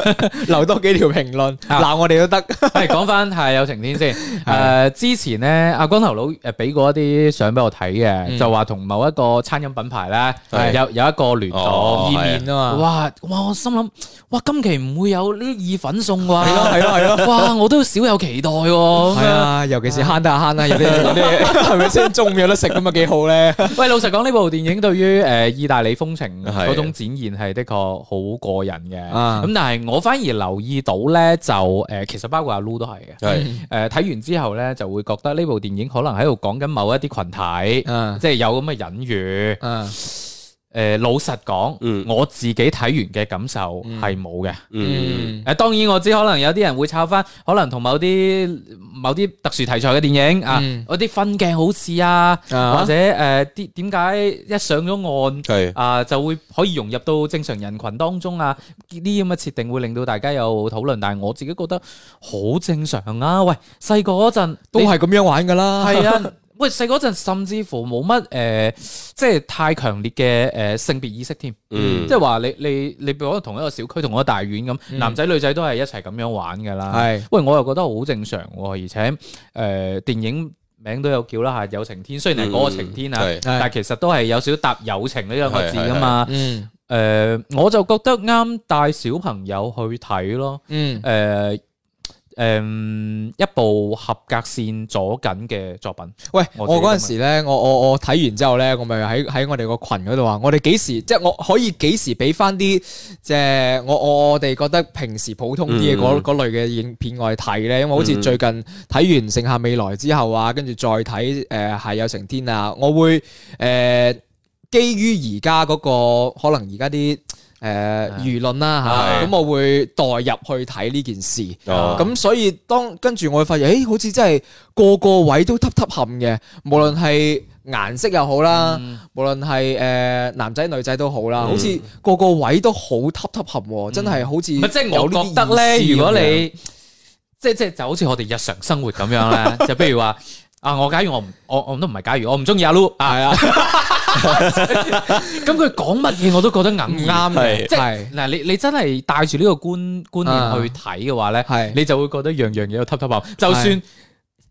[SPEAKER 4] 留多幾條評論，鬧我哋都得。
[SPEAKER 3] 系講翻係有晴天先。诶，之前咧，阿光頭佬诶俾過一啲相俾我睇嘅，
[SPEAKER 4] 嗯
[SPEAKER 3] 就話同某一個餐飲品牌咧
[SPEAKER 2] 係
[SPEAKER 3] 有有一個聯
[SPEAKER 2] 哦
[SPEAKER 3] 動
[SPEAKER 4] 意。面啊嘛，
[SPEAKER 3] 哇哇！我心諗，哇今期唔會有呢啲意粉送啩？係
[SPEAKER 4] 係咯係
[SPEAKER 3] 咯。哇！我都少有期待喎。
[SPEAKER 4] 係
[SPEAKER 3] 咁樣
[SPEAKER 4] 啊，尤其是慳得就慳啦，有 啲有啲係咪先中午有得食咁啊，幾好咧。
[SPEAKER 3] 喂，老實講，呢部電影對於誒意大利風情
[SPEAKER 2] 係
[SPEAKER 3] 嗰種展現係的確好過癮嘅。
[SPEAKER 4] 啊
[SPEAKER 3] 咁但係我反而留意到咧，就誒其實包括阿 Lu 都係嘅。
[SPEAKER 2] 系
[SPEAKER 3] 誒睇完之後咧，就會覺得呢部電影可能喺度講緊某一啲群體，
[SPEAKER 4] 嗯
[SPEAKER 3] 即係有咁嘅隱喻。
[SPEAKER 4] 嗯
[SPEAKER 3] 誒、老實講，
[SPEAKER 6] 嗯
[SPEAKER 3] 我自己睇完嘅感受係冇嘅。誒、
[SPEAKER 6] 嗯，
[SPEAKER 3] 當然我知可能有啲人會抄翻，可能同某啲某啲特殊題材嘅電影啊
[SPEAKER 4] 嗯，
[SPEAKER 3] 嗰啲分鏡好似啊，
[SPEAKER 4] 啊
[SPEAKER 3] 或者誒啲點解一上咗岸。
[SPEAKER 2] 系
[SPEAKER 3] 啊，就會可以融入到正常人群當中啊！呢啲咁嘅設定會令到大家有討論，但係我自己覺得好正常啊！喂，細個嗰陣
[SPEAKER 4] 都
[SPEAKER 3] 你
[SPEAKER 4] 係咁樣玩噶啦。
[SPEAKER 3] 係啊。喂，細嗰陣甚至乎冇乜誒，呃即係太強烈嘅誒、呃性別意識添，
[SPEAKER 2] 嗯
[SPEAKER 3] 即係話你你你，譬如可能同一個小區、同一個大院咁，男仔女仔都係一齊咁樣玩㗎啦。
[SPEAKER 4] 係
[SPEAKER 3] 喂，我又覺得好正常喎，而且誒、呃、電影名都有叫啦嚇，有情天雖然係嗰個晴天啊，
[SPEAKER 2] 嗯嗯係
[SPEAKER 3] 但係其實都係有少少搭友情呢兩個字㗎嘛。
[SPEAKER 4] 嗯
[SPEAKER 3] 誒、我就覺得啱帶小朋友去睇咯。
[SPEAKER 4] 嗯
[SPEAKER 3] 誒、誒、一部合格線左緊嘅作品。
[SPEAKER 4] 喂，
[SPEAKER 3] 我
[SPEAKER 4] 我
[SPEAKER 3] 自己
[SPEAKER 4] 嗰陣時咧，我我我睇完之後咧，我咪喺喺我哋個群嗰度話，我哋幾時即係我可以幾時俾翻啲即係我我我哋覺得平時普通啲嘅嗰
[SPEAKER 6] 嗯
[SPEAKER 4] 嗰類嘅影片我哋睇咧，因為好似最近睇完《盛夏未來》之後啊，跟住再睇誒《係有晴天》啊，我會誒、呃基於而家嗰個可能而家啲誒
[SPEAKER 3] 係
[SPEAKER 4] 輿論啦嚇，
[SPEAKER 2] 係
[SPEAKER 4] 咁我會代入去睇呢件事。
[SPEAKER 2] 哦
[SPEAKER 4] 咁所以當跟住我會發現，誒好似真係個個位都揼揼冚嘅，無論係顏色又好啦，
[SPEAKER 3] 嗯
[SPEAKER 4] 無論係誒男仔女仔都好啦，好似個個位都好揼揼冚喎，真係好似
[SPEAKER 3] 嗯唔係即係我覺得
[SPEAKER 4] 有呢啲
[SPEAKER 3] 咧，
[SPEAKER 4] 意
[SPEAKER 3] 如
[SPEAKER 4] 思
[SPEAKER 3] 果
[SPEAKER 4] 咁樣
[SPEAKER 3] 你即係即係就好似我哋日常生活咁樣咧，就譬如話啊，我假如我唔我我都唔係假如我唔中意阿 Lu 啊，係啊， 咁佢講乜嘢我都覺得
[SPEAKER 4] 唔
[SPEAKER 3] 硬
[SPEAKER 4] 啱嘅，
[SPEAKER 2] 係
[SPEAKER 4] 即係
[SPEAKER 3] 嗱，你你真係帶住呢個觀觀
[SPEAKER 4] 啊
[SPEAKER 3] 念去睇嘅話咧，
[SPEAKER 4] 係
[SPEAKER 3] 你就會覺得樣樣嘢都揼揼冚，就算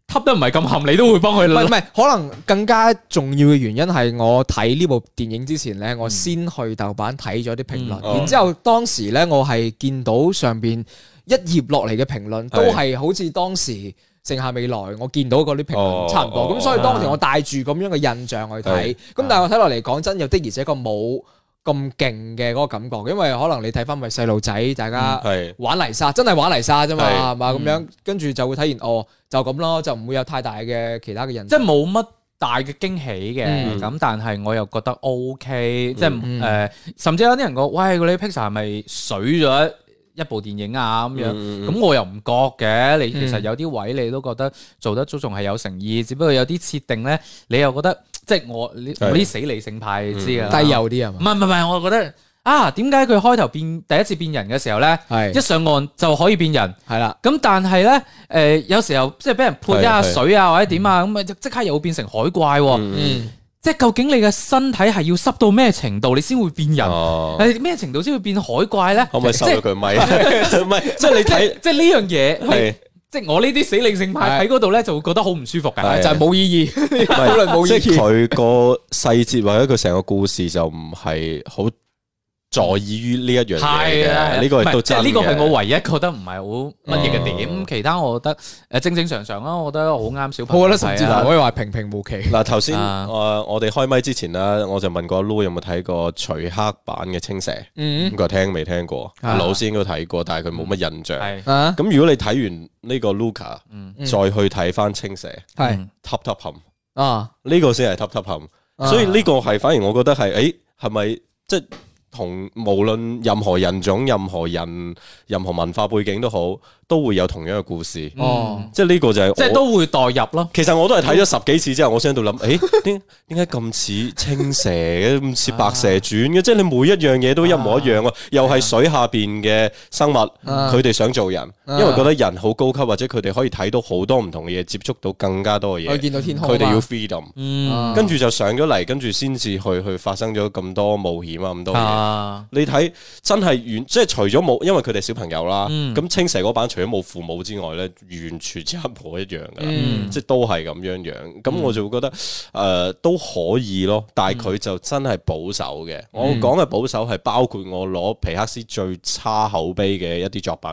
[SPEAKER 3] 揼得唔係咁冚，你都會幫佢
[SPEAKER 4] 唔係唔
[SPEAKER 3] 諗。
[SPEAKER 4] 係，可能更加重要嘅原因係我睇呢部電影之前咧，我先去豆瓣睇咗啲評論，
[SPEAKER 2] 嗯哦
[SPEAKER 4] 然之後當時咧我係見到上邊一頁落嚟嘅評論都係好似當時。剩下未來，我見到嗰啲評
[SPEAKER 2] 哦
[SPEAKER 4] 論差唔多，
[SPEAKER 2] 哦
[SPEAKER 4] 咁所以當時我帶住咁樣嘅印象去睇，
[SPEAKER 2] 係
[SPEAKER 4] 咁但係我睇落嚟講真，又的而且確冇咁勁嘅嗰個感覺，因為可能你睇翻咪細路仔，大家
[SPEAKER 3] 啊
[SPEAKER 2] 系
[SPEAKER 4] 玩泥沙，真係玩泥沙啫嘛，
[SPEAKER 2] 係
[SPEAKER 4] 係嘛咁樣，跟住就會體現哦，就咁咯，就唔會有太大嘅其他嘅印
[SPEAKER 3] 即係
[SPEAKER 4] 象。
[SPEAKER 3] 冇乜大嘅驚喜嘅，
[SPEAKER 4] 嗯
[SPEAKER 3] 咁、但係我又覺得 O、k 即係誒、
[SPEAKER 4] 嗯
[SPEAKER 3] 呃甚至有啲人講，喂，你 Pixar 係咪水咗一部電影啊咁
[SPEAKER 4] 嗯
[SPEAKER 3] 樣？
[SPEAKER 2] 嗯
[SPEAKER 3] 咁我又唔覺嘅，你其實有啲位你都覺得做得都仲係有誠意，只不過有啲設定咧，你又覺得即係我呢我
[SPEAKER 2] 係
[SPEAKER 3] 啲死理性派你知㗎啦，
[SPEAKER 4] 低幼啲係
[SPEAKER 3] 唔
[SPEAKER 4] 嘛？
[SPEAKER 3] 係唔係唔係，我覺得啊，點解佢開頭變第一次變人嘅時候咧，
[SPEAKER 4] 係
[SPEAKER 3] 一上岸就可以變人？
[SPEAKER 4] 係啦，
[SPEAKER 3] 咁但係咧，誒、有時候即係俾人潑一下
[SPEAKER 2] 係嗯係
[SPEAKER 3] 水啊，或者點啊，咁啊就即刻又會變成海怪喎、
[SPEAKER 4] 嗯，
[SPEAKER 3] 即係究竟你嘅身體係要濕到咩程度，你先會變人？
[SPEAKER 2] 哦，
[SPEAKER 3] 係咩、程度先會變海怪咧？
[SPEAKER 2] 可唔可以
[SPEAKER 3] 即
[SPEAKER 2] 收咗
[SPEAKER 3] 係
[SPEAKER 2] 佢咪？ 唔系，即系你
[SPEAKER 3] 即
[SPEAKER 2] 睇
[SPEAKER 3] 係即係呢樣嘢，喂
[SPEAKER 2] 係
[SPEAKER 3] 即係我呢啲死理性派喺嗰度咧，就會覺得好唔舒服㗎。
[SPEAKER 2] 係
[SPEAKER 4] 就係冇意義，討論冇
[SPEAKER 2] 唔
[SPEAKER 4] 意
[SPEAKER 2] 係即係
[SPEAKER 4] 義。
[SPEAKER 2] 佢個細節或者佢成個故事就唔係好在意於呢一樣嘢
[SPEAKER 3] 係啊，
[SPEAKER 2] 嘅，呢個亦
[SPEAKER 3] 唔
[SPEAKER 2] 都
[SPEAKER 3] 係即
[SPEAKER 2] 真
[SPEAKER 3] 係
[SPEAKER 2] 嘅。
[SPEAKER 3] 呢個係我唯一覺得唔係好乜嘢嘅點，
[SPEAKER 2] 哦
[SPEAKER 3] 其他我覺得誒正正常常啊，我覺得好啱小朋友睇啊。
[SPEAKER 4] 我覺得甚至乎可以話平平無奇。
[SPEAKER 2] 嗱，頭先
[SPEAKER 3] 啊
[SPEAKER 2] 誒我哋開麥之前啦，我就問過阿 Lu 有冇睇過徐克版嘅《青蛇》，
[SPEAKER 4] 嗯
[SPEAKER 2] 咁佢聽未聽過？
[SPEAKER 4] 啊
[SPEAKER 2] 老師應該睇過，但係佢冇乜印象。
[SPEAKER 3] 係
[SPEAKER 4] 啊，
[SPEAKER 2] 咁如果你睇完呢個 Luca，
[SPEAKER 3] 嗯
[SPEAKER 2] 再去睇翻《青蛇》，
[SPEAKER 4] 係
[SPEAKER 2] 揼揼冚
[SPEAKER 4] 啊，
[SPEAKER 3] 啊
[SPEAKER 2] 哎呢個先係揼揼冚。所以呢個係反而我覺得係，誒係咪即係同無論任何人種、任何人、任何文化背景都好，都會有同樣嘅故事。
[SPEAKER 3] 哦，
[SPEAKER 2] 即係呢個就係
[SPEAKER 3] 即係
[SPEAKER 2] 我
[SPEAKER 3] 都會代入咯。
[SPEAKER 2] 其實我都係睇咗十幾次之後，我先喺度諗， 誒點點解咁似青蛇嘅，咁似白蛇傳
[SPEAKER 4] 啊
[SPEAKER 2] 嘅？即係你每一樣嘢都一模一樣喎，又係水下邊嘅生物，
[SPEAKER 4] 啊
[SPEAKER 2] 佢哋想做人，因為覺得人好高級，或者佢哋可以睇到好多唔同嘅嘢，接觸到更加多嘅
[SPEAKER 4] 我
[SPEAKER 2] 嘢，
[SPEAKER 4] 見到天空啊
[SPEAKER 2] 佢
[SPEAKER 4] 嘛，
[SPEAKER 2] 哋要 freedom。
[SPEAKER 3] 嗯
[SPEAKER 4] 啊
[SPEAKER 2] 跟住就上咗嚟，跟住先至去去發生咗咁多冒險啊，咁多嘢。
[SPEAKER 3] 啊，
[SPEAKER 2] 你睇真係完，即係除咗冇，因為佢哋小朋友啦，
[SPEAKER 3] 嗯
[SPEAKER 2] 咁、青蛇嗰版除咗冇父母之外咧，完全一模一樣噶啦，
[SPEAKER 4] 嗯
[SPEAKER 2] 即係都係咁樣樣。咁我就會覺得誒、呃都可以咯，但係佢就真係保守嘅。我講嘅保守係包括我攞皮克斯最差口碑嘅一啲作品，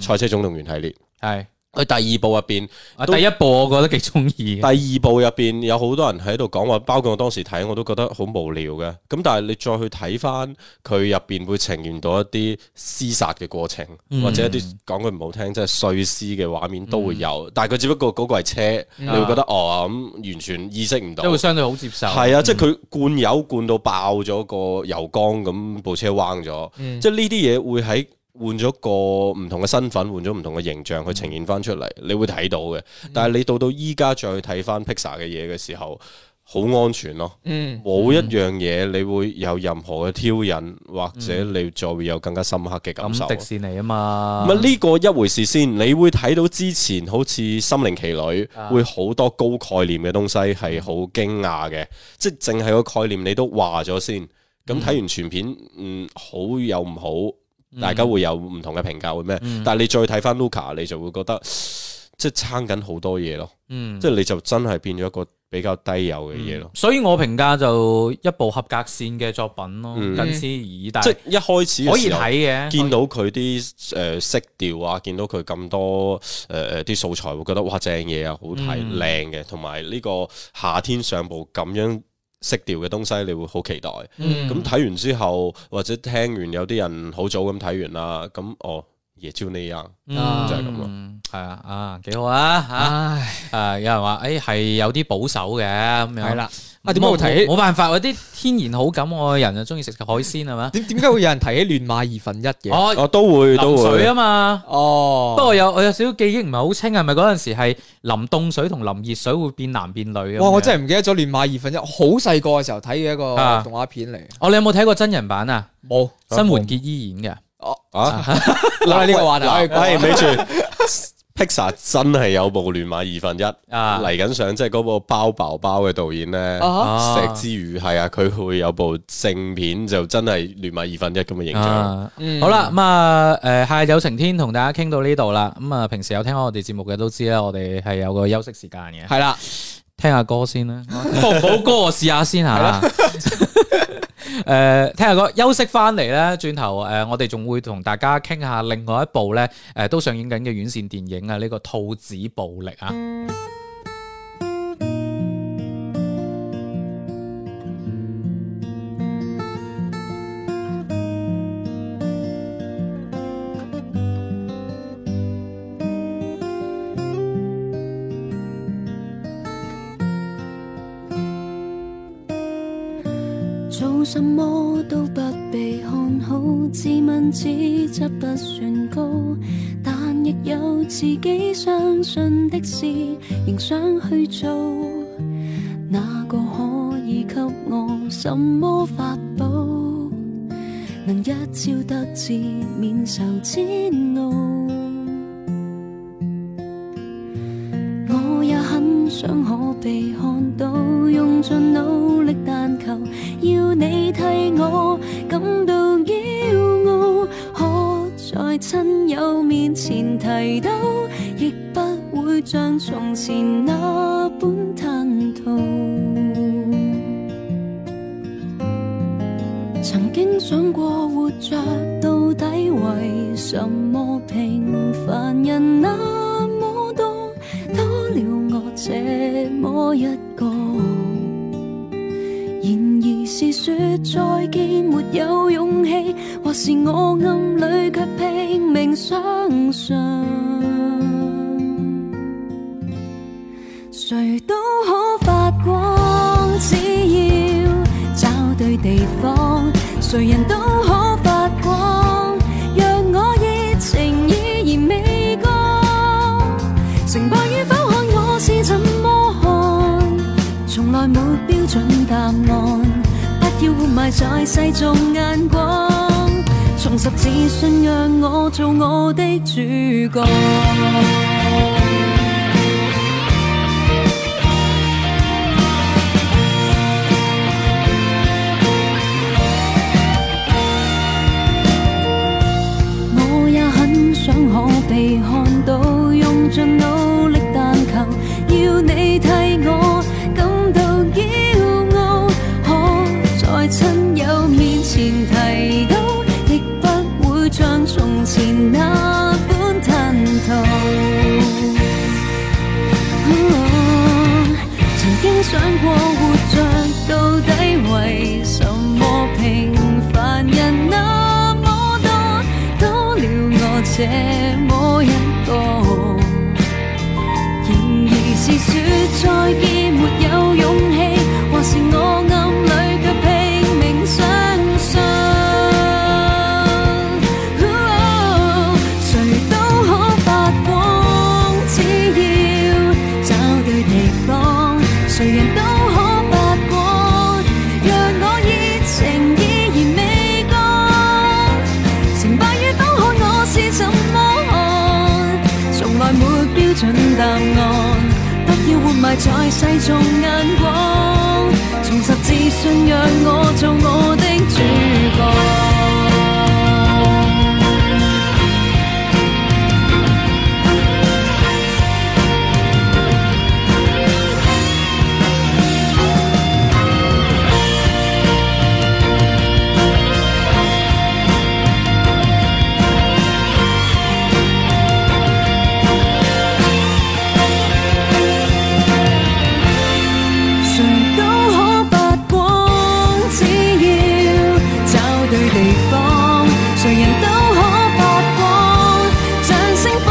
[SPEAKER 2] 賽車總動員》系列。
[SPEAKER 3] 係
[SPEAKER 2] 佢第二部入邊，
[SPEAKER 3] 啊，
[SPEAKER 2] 都
[SPEAKER 3] 第一部我覺得幾中意
[SPEAKER 2] 第
[SPEAKER 3] 嘅。
[SPEAKER 2] 二部入邊有好多人喺度講話，包括我當時睇我都覺得好無聊嘅。咁但係你再去睇翻佢入邊會呈現到一啲厮殺嘅過程，
[SPEAKER 3] 嗯
[SPEAKER 2] 或者一啲講句唔好聽，即係碎屍嘅畫面都會有。
[SPEAKER 3] 嗯
[SPEAKER 2] 但係佢只不過嗰個係車，你會覺得哦咁完全意識唔到
[SPEAKER 3] 即係。會相對好接受，
[SPEAKER 2] 係啊，即係佢灌油灌到爆咗個油缸咁，部車彎咗。
[SPEAKER 4] 嗯
[SPEAKER 2] 即係呢啲嘢會喺換咗個唔同嘅身份，換咗唔同嘅形象去呈現翻出嚟，你會睇到嘅。但係你到到依家再去睇翻 Pixar 嘅嘢嘅時候，好安全咯，
[SPEAKER 4] 嗯
[SPEAKER 2] 冇一樣嘢你會有任何嘅挑釁，或者你再會有更加深刻嘅感受
[SPEAKER 3] 咁。迪士尼啊嘛，
[SPEAKER 2] 咪呢個一回事先，你會睇到之前好似《心靈奇旅》
[SPEAKER 3] 啊嗯
[SPEAKER 2] 會好多高概念嘅東西係好驚訝嘅，即係淨係個概念你都話咗先。咁睇完全片，嗯，好又唔好，
[SPEAKER 3] 嗯
[SPEAKER 2] 大家會有唔同嘅評價會咩？但係你再睇翻 Luca，你就會覺得即係撐緊好多嘢咯，
[SPEAKER 3] 嗯
[SPEAKER 2] 即係你就真係變咗一個比較低幼嘅嘢咯。
[SPEAKER 3] 所以我評價就一部合格線嘅作品咯，
[SPEAKER 2] 嗯
[SPEAKER 3] 僅此而已。但
[SPEAKER 2] 即
[SPEAKER 3] 係
[SPEAKER 2] 係一開始
[SPEAKER 3] 可
[SPEAKER 2] 嘅
[SPEAKER 3] 以
[SPEAKER 2] 時候
[SPEAKER 3] 睇嘅，
[SPEAKER 2] 見到佢啲誒色調啊，見到佢咁多誒誒啲素材，會覺得哇正嘢啊，好睇
[SPEAKER 3] 嗯
[SPEAKER 2] 靚嘅，同埋呢個夏天上部咁樣色調嘅東西，你會好期待。咁
[SPEAKER 3] 嗯
[SPEAKER 2] 睇、完之後，或者聽完有啲人好早咁睇完啦，咁哦夜朝呢樣，
[SPEAKER 3] 嗯
[SPEAKER 2] 就係咁咯
[SPEAKER 3] 係啊，啊幾好啊嚇！
[SPEAKER 4] 唉，
[SPEAKER 3] 啊！有人話：，誒、係有啲保守嘅咁樣。
[SPEAKER 4] 係啦，
[SPEAKER 3] 咁
[SPEAKER 4] 啊點解會提
[SPEAKER 3] 冇
[SPEAKER 4] 起
[SPEAKER 3] 冇辦法，我啲天然好感，我個人就中意食海鮮係嘛？
[SPEAKER 4] 點點解會有人提起亂馬二分一嘅？
[SPEAKER 2] 我、
[SPEAKER 3] 哦，
[SPEAKER 2] 啊都會都
[SPEAKER 3] 淋水
[SPEAKER 2] 會
[SPEAKER 3] 啊。嘛。
[SPEAKER 4] 哦，
[SPEAKER 3] 不過有我有少少記憶唔係好清，係咪嗰陣時係淋凍水同淋熱水會變男變女咁樣
[SPEAKER 4] 哇！我真係唔記得咗亂馬二分一，好細個嘅時候睇嘅一個
[SPEAKER 3] 啊
[SPEAKER 4] 動畫片嚟，
[SPEAKER 3] 哦，你有冇睇過真人版啊？
[SPEAKER 4] 冇
[SPEAKER 3] 新垣結衣演嘅，
[SPEAKER 2] 啊！
[SPEAKER 4] 嗱呢個話題啊可以講
[SPEAKER 2] 係咪住 Pixar 真係有部亂馬二分一
[SPEAKER 3] 啊
[SPEAKER 2] 嚟緊上，即係嗰部包爆包嘅導演咧。
[SPEAKER 4] 啊
[SPEAKER 3] 啊
[SPEAKER 2] 石之宇係啊，佢會有部正片就真係亂馬二分一咁嘅形象。
[SPEAKER 3] 啊
[SPEAKER 4] 嗯
[SPEAKER 3] 好啦，咁啊，誒，下有晴天同大家傾到呢度啦。咁啊，平時有聽我哋節目嘅都知啦，我哋係有個休息時間嘅，
[SPEAKER 4] 嗯係啦，
[SPEAKER 3] 聽下歌先 啦，播唔播歌我試下先吓。誒，聽下歌，休息翻嚟咧，轉頭誒，我哋仲會同大家傾下另外一部咧，誒都上映緊嘅院線電影啊，呢個《兔子暴力》啊。
[SPEAKER 7] 做什麼都不被看好，自問資質不算高，但亦有自己相信的事，仍想去做。哪個可以給我什麼法寶，能一朝得志，免受煎熬？我也很想可被看到，用盡努力但求要你替我感到驕傲，可在親友面前提到，亦不會像從前那般吞吐。曾經想過活着到底為什麼平凡人那麼多，多了我這麼一個。然而是說再見沒有勇氣，或是我暗裏卻拼命相信。谁都可發光，只要找對地方。誰谁人都可发光。若我热情依然未降，成败與否看我是怎麼看，從來沒標準答案，不要活埋在世俗眼光，重拾自信讓我做我的主角。我也很想可被看到，用盡努力，但求要你替我感到驕傲。可在親友面前提到，亦不會像從前那般吞吐。哦曾經想過活着到底為什麼平凡人那麼多，到了我這麼一個，然而是說再見沒有勇氣，還是我暗裏卻拼命相信。誰都可發光，只要找對地方，誰人都可發光。讓我熱情依然未降，成敗與否看我是怎麼看，從來沒標準答案，不要活埋在世俗眼光，重拾自信，讓我做我的主角。誰都可發光，只要找對地方，誰人都可發光，像星火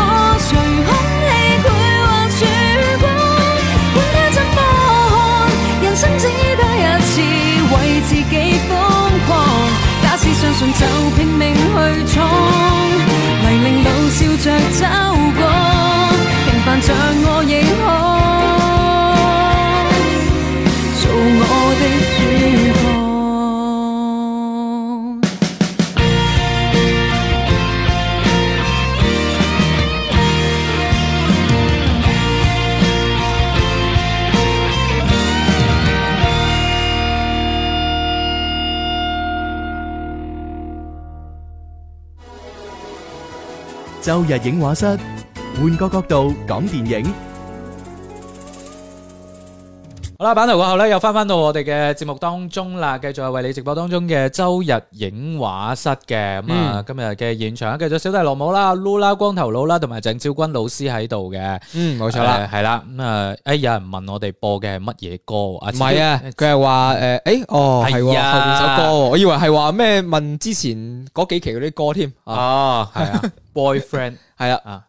[SPEAKER 7] 隨空氣繪畫曙光，管他怎麼看，人生只得一次，為自己瘋狂。假使相信就拼命去闖，泥泞路笑着走過，平凡像我亦可。做我的主角。
[SPEAKER 8] 周日影画室，換個角度講電影。
[SPEAKER 3] 好啦，版頭過後咧，又翻翻到我哋嘅節目當中啦，繼續係為你直播當中嘅周日影畫室嘅咁啊，今日嘅現場繼續小弟羅姆啦、Lu 啦、光頭佬啦，同埋鄭少君老師喺度嘅，
[SPEAKER 4] 嗯，
[SPEAKER 3] 冇
[SPEAKER 4] 冇錯啦。，
[SPEAKER 3] 係啦，咁啊，誒有人問我哋播嘅係乜嘢歌喎啊？
[SPEAKER 4] 唔係啊，佢係話诶，诶，哦，係喎，後
[SPEAKER 3] 係啊
[SPEAKER 4] 面首歌喎，我以為係話咩問之前嗰幾期嗰啲歌添，啊，
[SPEAKER 3] 哦，係 啊，boyfriend
[SPEAKER 4] 係啦，
[SPEAKER 3] 啊，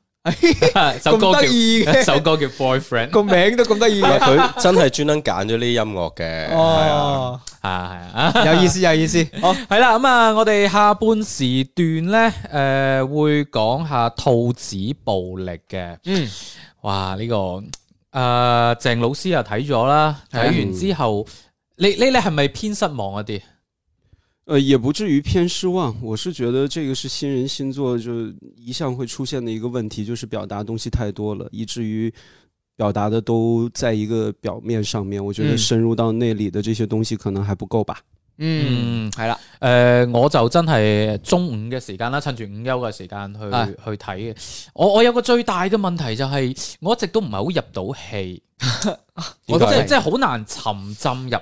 [SPEAKER 3] 首歌
[SPEAKER 4] 咁得意
[SPEAKER 3] 叫
[SPEAKER 4] 嘅
[SPEAKER 3] 首歌叫 boyfriend
[SPEAKER 4] 個名都咁得意
[SPEAKER 2] 唔
[SPEAKER 4] 嘅，
[SPEAKER 2] 係佢 真係專登揀咗呢音樂嘅，係啊，
[SPEAKER 4] 哦，
[SPEAKER 3] 啊，係啊。
[SPEAKER 4] 有意思，有意思，好，
[SPEAKER 3] 系啦，咁啊，我哋下半時段咧，诶、會講下兔子暴力嘅。
[SPEAKER 4] 嗯，
[SPEAKER 3] 哇，呢、個个诶，郑、鄭老師又睇咗啦，睇
[SPEAKER 4] 係啊
[SPEAKER 3] 完之後，你你你係咪偏失望一啲？
[SPEAKER 6] 呃，也不至于偏失望。我是觉得这个是新人新作，就一向会出现的一个问题，就是表达东西太多了，以至于表达的都在一个表面上面。我觉得
[SPEAKER 4] 嗯
[SPEAKER 6] 深入到内里的这些东西可能还不够吧。
[SPEAKER 4] 嗯，
[SPEAKER 3] 嗯，
[SPEAKER 4] 係啦，
[SPEAKER 3] 诶、我就真係中午嘅時間啦，趁住午休嘅時間去
[SPEAKER 4] 啊
[SPEAKER 3] 去睇嘅。我我有個最大嘅問題就係，我一直都唔係好入到 戲，我
[SPEAKER 2] 點
[SPEAKER 3] 即
[SPEAKER 2] 解
[SPEAKER 3] 係即係好難沉浸入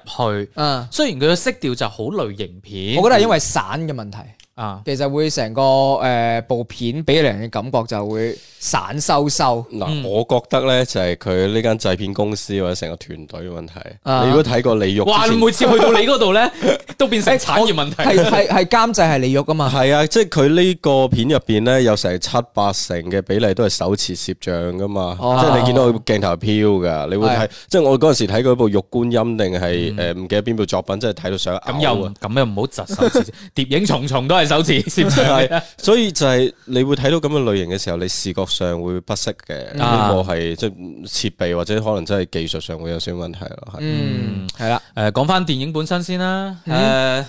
[SPEAKER 3] 去。
[SPEAKER 4] 嗯，
[SPEAKER 3] 啊雖然佢嘅色調就好類型片，
[SPEAKER 4] 我覺得係因為散嘅問題，
[SPEAKER 3] 啊，
[SPEAKER 4] 其實會成個诶部片俾人嘅感覺就會散收收。
[SPEAKER 2] 嗱，
[SPEAKER 3] 嗯
[SPEAKER 2] 我覺得咧就係佢呢間製片公司或者成個團隊嘅問題。
[SPEAKER 4] 啊
[SPEAKER 2] 你如果睇過李玉之前，
[SPEAKER 3] 哇！你每次去到你嗰度 咧，都變成產業問
[SPEAKER 4] 係
[SPEAKER 3] 題。
[SPEAKER 4] 係係監製係李玉噶嘛？
[SPEAKER 2] 係啊，即係佢呢個片入边咧，有成七八成嘅比例都係手持攝像噶嘛，
[SPEAKER 4] 哦
[SPEAKER 2] 即係你見到佢鏡頭飄噶，你會睇，即係我嗰阵时睇佢部《玉觀音》定係诶唔記得邊部作品，真係睇到想嘔啊
[SPEAKER 3] 嗯咁又唔咁又唔好窒手 指，疊影重重都係手指攝像嘅。
[SPEAKER 2] 所以就係你會睇到咁嘅類型嘅時候，你視覺上會不適
[SPEAKER 4] 嗯
[SPEAKER 2] 嘅，呢個係即係設備或者可能真係技術上會有少少問題咯。係
[SPEAKER 4] 嗯，係啦。
[SPEAKER 3] 誒，講翻電影本身先啦。誒，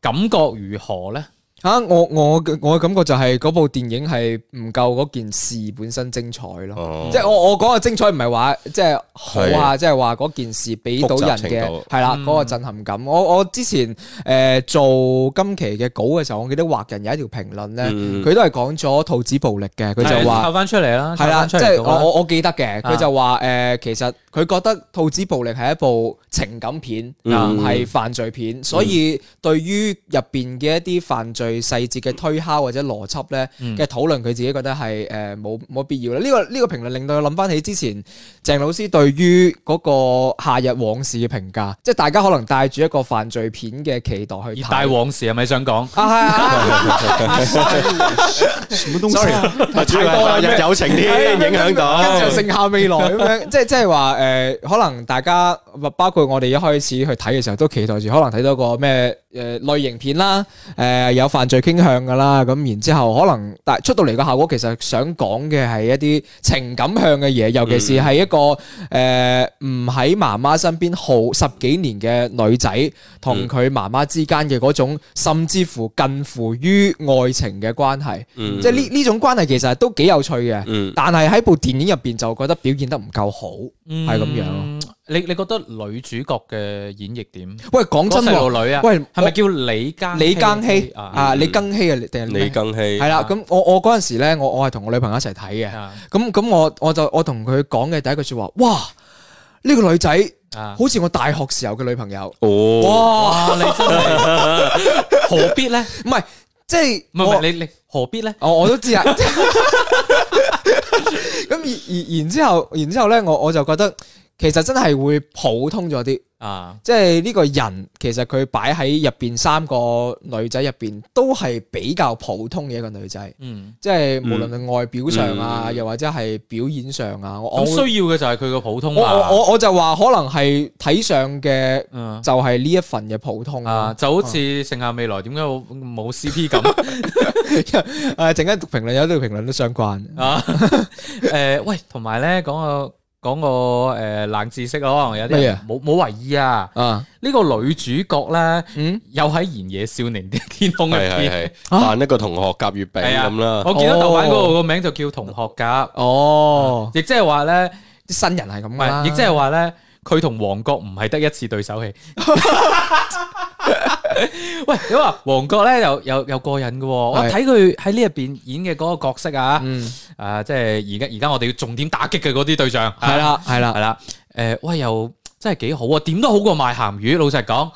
[SPEAKER 3] 感覺如何咧？
[SPEAKER 4] 吓，啊我我嘅我嘅感覺就係嗰部電影係唔夠嗰件事本身精彩咯。
[SPEAKER 2] 哦
[SPEAKER 4] 嗯即係我我講嘅精彩唔係話即係好啊，
[SPEAKER 2] 係
[SPEAKER 4] 即係話嗰件事俾到人
[SPEAKER 2] 複雜程
[SPEAKER 4] 嘅
[SPEAKER 2] 度
[SPEAKER 4] 係啦
[SPEAKER 3] 嗯
[SPEAKER 4] 嗰個震撼感。我我之前诶做今期嘅稿嘅時候，我記得畫人有一條評論咧，
[SPEAKER 2] 嗯
[SPEAKER 4] 佢都係講咗兔子暴力嘅，佢就話
[SPEAKER 3] 抄。翻出嚟啦，
[SPEAKER 4] 係啦，
[SPEAKER 3] 抄返出
[SPEAKER 4] 即
[SPEAKER 3] 嚟
[SPEAKER 4] 係
[SPEAKER 3] 到
[SPEAKER 4] 我
[SPEAKER 3] 啦
[SPEAKER 4] 我我記得嘅，
[SPEAKER 3] 啊
[SPEAKER 4] 佢就話誒，其實佢覺得《兔子暴力》係一部情感片，唔
[SPEAKER 2] 嗯
[SPEAKER 4] 係犯罪片，所以對於入邊嘅一啲犯罪細節嘅推敲或者邏輯咧
[SPEAKER 3] 嗯
[SPEAKER 4] 嘅討論，佢自己覺得係誒冇冇必要啦。呢個呢個評論令到我諗翻起之前鄭老師對於嗰個夏日往事嘅評價，即係大家可能帶住一個犯罪片嘅期待去
[SPEAKER 3] 熱帶
[SPEAKER 4] 睇。
[SPEAKER 3] 往事係咪想講？
[SPEAKER 4] 啊係 啊
[SPEAKER 5] 什么东西、
[SPEAKER 4] ，sorry，
[SPEAKER 5] 啊？
[SPEAKER 4] 太多啦，咩
[SPEAKER 2] 友情添，哎影響到。
[SPEAKER 4] 跟住就剩下未來咁樣， 即係即係話誒，可能大家包括我哋一開始去睇嘅時候，都期待住可能睇到個咩誒類型片啦，誒有犯罪傾向噶啦，咁然之後可能但出到嚟個效果，其實想講嘅係一啲情感向嘅嘢，尤其是
[SPEAKER 2] 嗯
[SPEAKER 4] 係一個誒唔喺媽媽身邊好十幾年嘅女仔
[SPEAKER 2] 嗯
[SPEAKER 4] 同佢媽媽之間嘅嗰種，甚至乎近乎於愛情嘅關係。
[SPEAKER 2] 嗯
[SPEAKER 4] 即係呢呢種關係其實都幾有趣嘅，
[SPEAKER 2] 嗯
[SPEAKER 4] 但係喺部電影入邊就覺得表現得唔夠好，係咁樣。
[SPEAKER 3] 嗯你你覺得女主角嘅演繹點？
[SPEAKER 4] 喂，講
[SPEAKER 3] 嗰
[SPEAKER 4] 真
[SPEAKER 3] 細
[SPEAKER 4] 喎，
[SPEAKER 3] 路女啊，
[SPEAKER 4] 喂，
[SPEAKER 3] 係咪叫李庚
[SPEAKER 4] 李庚希
[SPEAKER 3] 啊？
[SPEAKER 4] 啊？李庚希啊，定係
[SPEAKER 2] 李庚希
[SPEAKER 4] 係啦。咁我我嗰陣時咧，我我係同我女朋友一齊睇嘅。
[SPEAKER 3] 啊
[SPEAKER 4] 咁咁我我就我同佢講嘅第一句説話，哇！呢個女仔
[SPEAKER 3] 啊！
[SPEAKER 4] 好似我大學時候嘅女朋友，
[SPEAKER 2] 哦，
[SPEAKER 4] 哇！
[SPEAKER 3] 哇！你真 係何必咧？
[SPEAKER 4] 唔係即係
[SPEAKER 3] 唔係唔
[SPEAKER 4] 我
[SPEAKER 3] 係你你何必咧？
[SPEAKER 4] 哦，我都知啊。 咁而而然之後，然之後咧，我我就覺得其實真係會普通咗啲，
[SPEAKER 3] 啊！
[SPEAKER 4] 即係呢個人其實佢擺喺入邊三個女仔入邊都係比較普通嘅一個女仔，
[SPEAKER 3] 嗯，
[SPEAKER 4] 即係無論係外表上啊，
[SPEAKER 2] 嗯
[SPEAKER 4] 又或者係表演上啊，我我
[SPEAKER 3] 咁需
[SPEAKER 4] 會
[SPEAKER 3] 要嘅就係佢個普通
[SPEAKER 4] 我我
[SPEAKER 3] 話。
[SPEAKER 4] 我我就話可能係睇上嘅
[SPEAKER 3] 嗯
[SPEAKER 4] 就係呢一份嘅普通
[SPEAKER 3] 啊，
[SPEAKER 4] 啊。
[SPEAKER 3] 就好似盛夏未來點解冇 CP 咁？
[SPEAKER 4] 誒，啊陣間讀評論有啲評論都相關。
[SPEAKER 3] 啊， 诶、喂，同埋咧，講個講個诶、誒冷知識，可能有啲
[SPEAKER 4] 咩
[SPEAKER 3] 人
[SPEAKER 4] 啊
[SPEAKER 3] 冇冇為意啊。
[SPEAKER 4] 啊，
[SPEAKER 3] 呢、個女主角咧，
[SPEAKER 4] 嗯，
[SPEAKER 3] 有喺《燃野少年的天空》入
[SPEAKER 2] 係係
[SPEAKER 3] 邊，
[SPEAKER 2] 係，
[SPEAKER 4] 啊
[SPEAKER 2] 扮一個同學甲乙丙
[SPEAKER 3] 係啊
[SPEAKER 2] 咁啦。
[SPEAKER 3] 我見到豆瓣嗰
[SPEAKER 4] 哦
[SPEAKER 3] 個個名就叫同學甲，
[SPEAKER 4] 哦，
[SPEAKER 3] 亦即係話咧，
[SPEAKER 4] 啲新人係咁
[SPEAKER 3] 唔
[SPEAKER 4] 㗎啦
[SPEAKER 3] 係，亦即係話咧，佢同王國唔係得一次對手戲。 喂，你話王國咧又又又過癮嘅喎，我
[SPEAKER 4] 係
[SPEAKER 3] 睇佢喺呢入邊演嘅嗰個角色啊，
[SPEAKER 4] 嗯，
[SPEAKER 3] 啊，即係而家而家我哋要重點打擊嘅嗰啲對象，
[SPEAKER 4] 係啦，係
[SPEAKER 3] 系
[SPEAKER 4] 啦。
[SPEAKER 3] 啦，诶，喂，又真係幾好啊，點都好過賣鹹魚。老實講，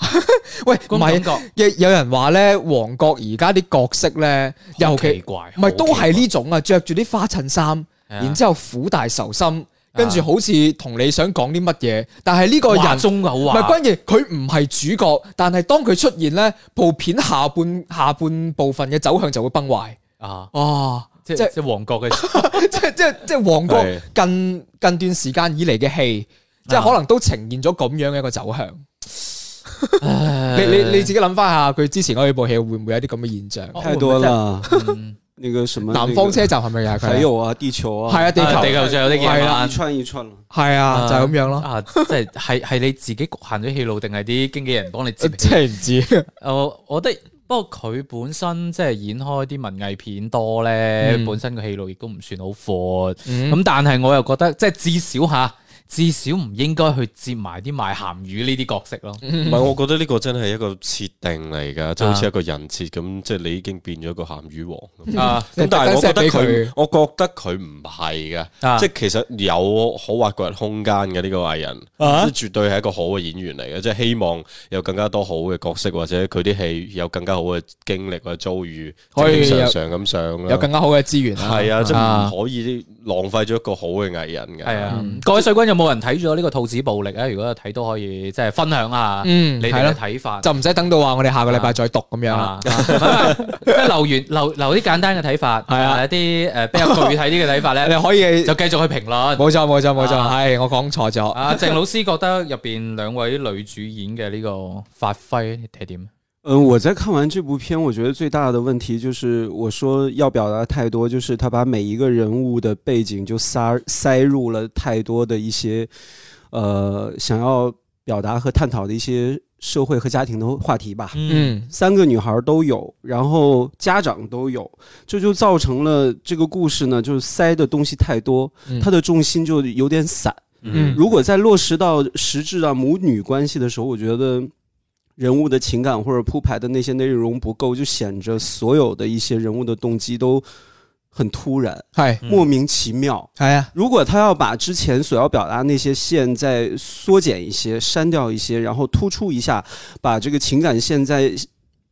[SPEAKER 4] 喂，
[SPEAKER 3] 嗰
[SPEAKER 4] 啊唔
[SPEAKER 3] 種
[SPEAKER 4] 係
[SPEAKER 3] 感，覺
[SPEAKER 4] 有有人話咧，王國而家啲角色咧，
[SPEAKER 3] 好
[SPEAKER 4] 尤
[SPEAKER 3] 奇
[SPEAKER 4] 其
[SPEAKER 3] 怪，啊
[SPEAKER 4] 唔係都係
[SPEAKER 3] 好奇
[SPEAKER 4] 呢種啊，着住啲花襯衫，
[SPEAKER 3] 怪，
[SPEAKER 4] 然之後苦大仇深，
[SPEAKER 3] 啊
[SPEAKER 4] 跟住好似同你想講啲乜嘢，但係呢個
[SPEAKER 3] 個
[SPEAKER 4] 人
[SPEAKER 3] 人。中好
[SPEAKER 4] 唔
[SPEAKER 3] 話，
[SPEAKER 4] 係關鍵，佢唔係主角，但係當佢出現咧，部片下半下半部分嘅走向就會崩壞。
[SPEAKER 3] 啊，
[SPEAKER 4] 啊，
[SPEAKER 3] 即
[SPEAKER 4] 即
[SPEAKER 3] 係即係旺角嘅事，
[SPEAKER 4] 即係即係即係旺角
[SPEAKER 2] 係
[SPEAKER 4] 近近段時間以嚟嘅戲，即
[SPEAKER 3] 啊
[SPEAKER 4] 係可能都呈現咗咁樣嘅一個走向。 你你你自己諗翻下，佢之前嗰部戲會唔會有啲咁嘅現象？
[SPEAKER 3] 哦
[SPEAKER 5] 太多了。
[SPEAKER 3] 嗯
[SPEAKER 5] 那个什么，
[SPEAKER 4] 南方車站係咪又係佢？
[SPEAKER 5] 还有啊，地球啊，
[SPEAKER 4] 係啊，地
[SPEAKER 3] 啊地
[SPEAKER 4] 球
[SPEAKER 3] 球上有啲
[SPEAKER 4] 係
[SPEAKER 3] 嘢
[SPEAKER 4] 啦
[SPEAKER 5] 一串一串了。
[SPEAKER 4] 係啊，就係咁樣咯。
[SPEAKER 3] 啊，即係係係你自己局限咗戲路，定係啲經紀人幫你 接？呃
[SPEAKER 4] 真呃係唔知，
[SPEAKER 3] 我我覺得。不過佢本身即係演開啲文藝片多咧，
[SPEAKER 4] 嗯
[SPEAKER 3] 本身個戲路亦都唔算好闊。咁、
[SPEAKER 4] 咁
[SPEAKER 3] 但係我又覺得即係至少吓，至少唔應該去接埋啲賣鹹魚呢啲角色咯。
[SPEAKER 4] 嗯
[SPEAKER 2] 唔係，我覺得呢個真係一個設定嚟
[SPEAKER 4] 啊
[SPEAKER 2] 㗎，即係好似一個人設咁，即係你已經變咗一個鹹魚王
[SPEAKER 4] 嗯
[SPEAKER 2] 咁。
[SPEAKER 3] 啊，
[SPEAKER 2] 咁但係我
[SPEAKER 4] 特
[SPEAKER 2] 覺得
[SPEAKER 4] 登 set 俾
[SPEAKER 2] 佢，我覺得佢唔係
[SPEAKER 3] 啊
[SPEAKER 2] 嘅，即係其實有好挖掘空間嘅呢個藝人，
[SPEAKER 4] 啊
[SPEAKER 2] 即係絕對係一個好嘅演員嚟嘅，即係希望有更加多好嘅角色，或者佢啲戲有更加好嘅經歷或者遭遇，
[SPEAKER 4] 可以
[SPEAKER 2] 正
[SPEAKER 4] 有
[SPEAKER 2] 正常常咁上
[SPEAKER 4] 有
[SPEAKER 2] 啦。
[SPEAKER 4] 更加好嘅資源啦。
[SPEAKER 2] 係啊，即
[SPEAKER 4] 啊
[SPEAKER 2] 係唔可以浪費咗一個好嘅藝人嘅。
[SPEAKER 3] 係啊，
[SPEAKER 4] 嗯
[SPEAKER 3] 各位水軍有冇人睇咗呢個兔子暴力啊？如果有睇都可以即係分享下
[SPEAKER 4] 嗯，
[SPEAKER 3] 你
[SPEAKER 4] 係
[SPEAKER 3] 哋嘅
[SPEAKER 4] 咯，
[SPEAKER 3] 睇法。
[SPEAKER 4] 就唔使等到話我哋下個禮拜再讀咁樣
[SPEAKER 3] 啊，
[SPEAKER 4] 啦。
[SPEAKER 3] 啊即係留言留留啲簡單嘅睇法，
[SPEAKER 4] 係啊
[SPEAKER 3] 一啲呃誒比較具體啲嘅睇法咧，
[SPEAKER 4] 你可以
[SPEAKER 3] 就繼續去評論。
[SPEAKER 4] 冇錯冇錯冇錯，
[SPEAKER 3] 啊
[SPEAKER 4] 係我講錯咗。
[SPEAKER 3] 啊，鄭老師覺得入邊兩位女主演嘅呢個發揮係點？
[SPEAKER 6] 嗯，我在看完这部片，我觉得最大的问题就是，我说要表达太多，就是他把每一个人物的背景就塞塞入了太多的一些，呃，想要表达和探讨的一些社会和家庭的话题吧。
[SPEAKER 4] 嗯
[SPEAKER 6] 三个女孩都有，然后家长都有，这就造成了这个故事呢，就是塞的东西太多
[SPEAKER 4] 嗯，
[SPEAKER 6] 它的重心就有点散。
[SPEAKER 4] 嗯
[SPEAKER 6] 如果在落实到实质到母女关系的时候，我觉得人物的情感或者铺排的那些内容不够，就显着所有的一些人物的动机都很突然，
[SPEAKER 4] 係
[SPEAKER 6] 莫名其妙。
[SPEAKER 4] 係啊，
[SPEAKER 6] 如果他要把之前所要表达那些线再缩减一些、删掉一些，然后突出一下，把这个情感线再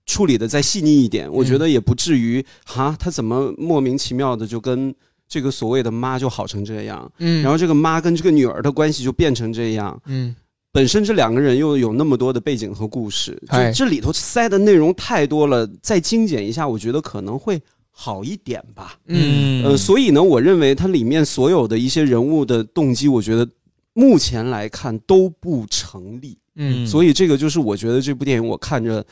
[SPEAKER 6] 处理的再细腻一点，我觉得也不至于哈，他怎么莫名其妙的就跟这个所谓的妈就好成这样，
[SPEAKER 4] 嗯，
[SPEAKER 6] 然后这个妈跟这个女儿的关系就变成这样。
[SPEAKER 4] 嗯
[SPEAKER 6] 本身这两个人又有那么多的背景和故事，
[SPEAKER 4] 哎
[SPEAKER 6] 就这里头塞的内容太多了，再精简一下，我觉得可能会好一点吧。
[SPEAKER 4] 嗯
[SPEAKER 6] 呃，所以呢，我认为它里面所有的一些人物的动机，我觉得目前来看都不成立。
[SPEAKER 4] 嗯，
[SPEAKER 6] 所以这个就是我觉得这部电影我看着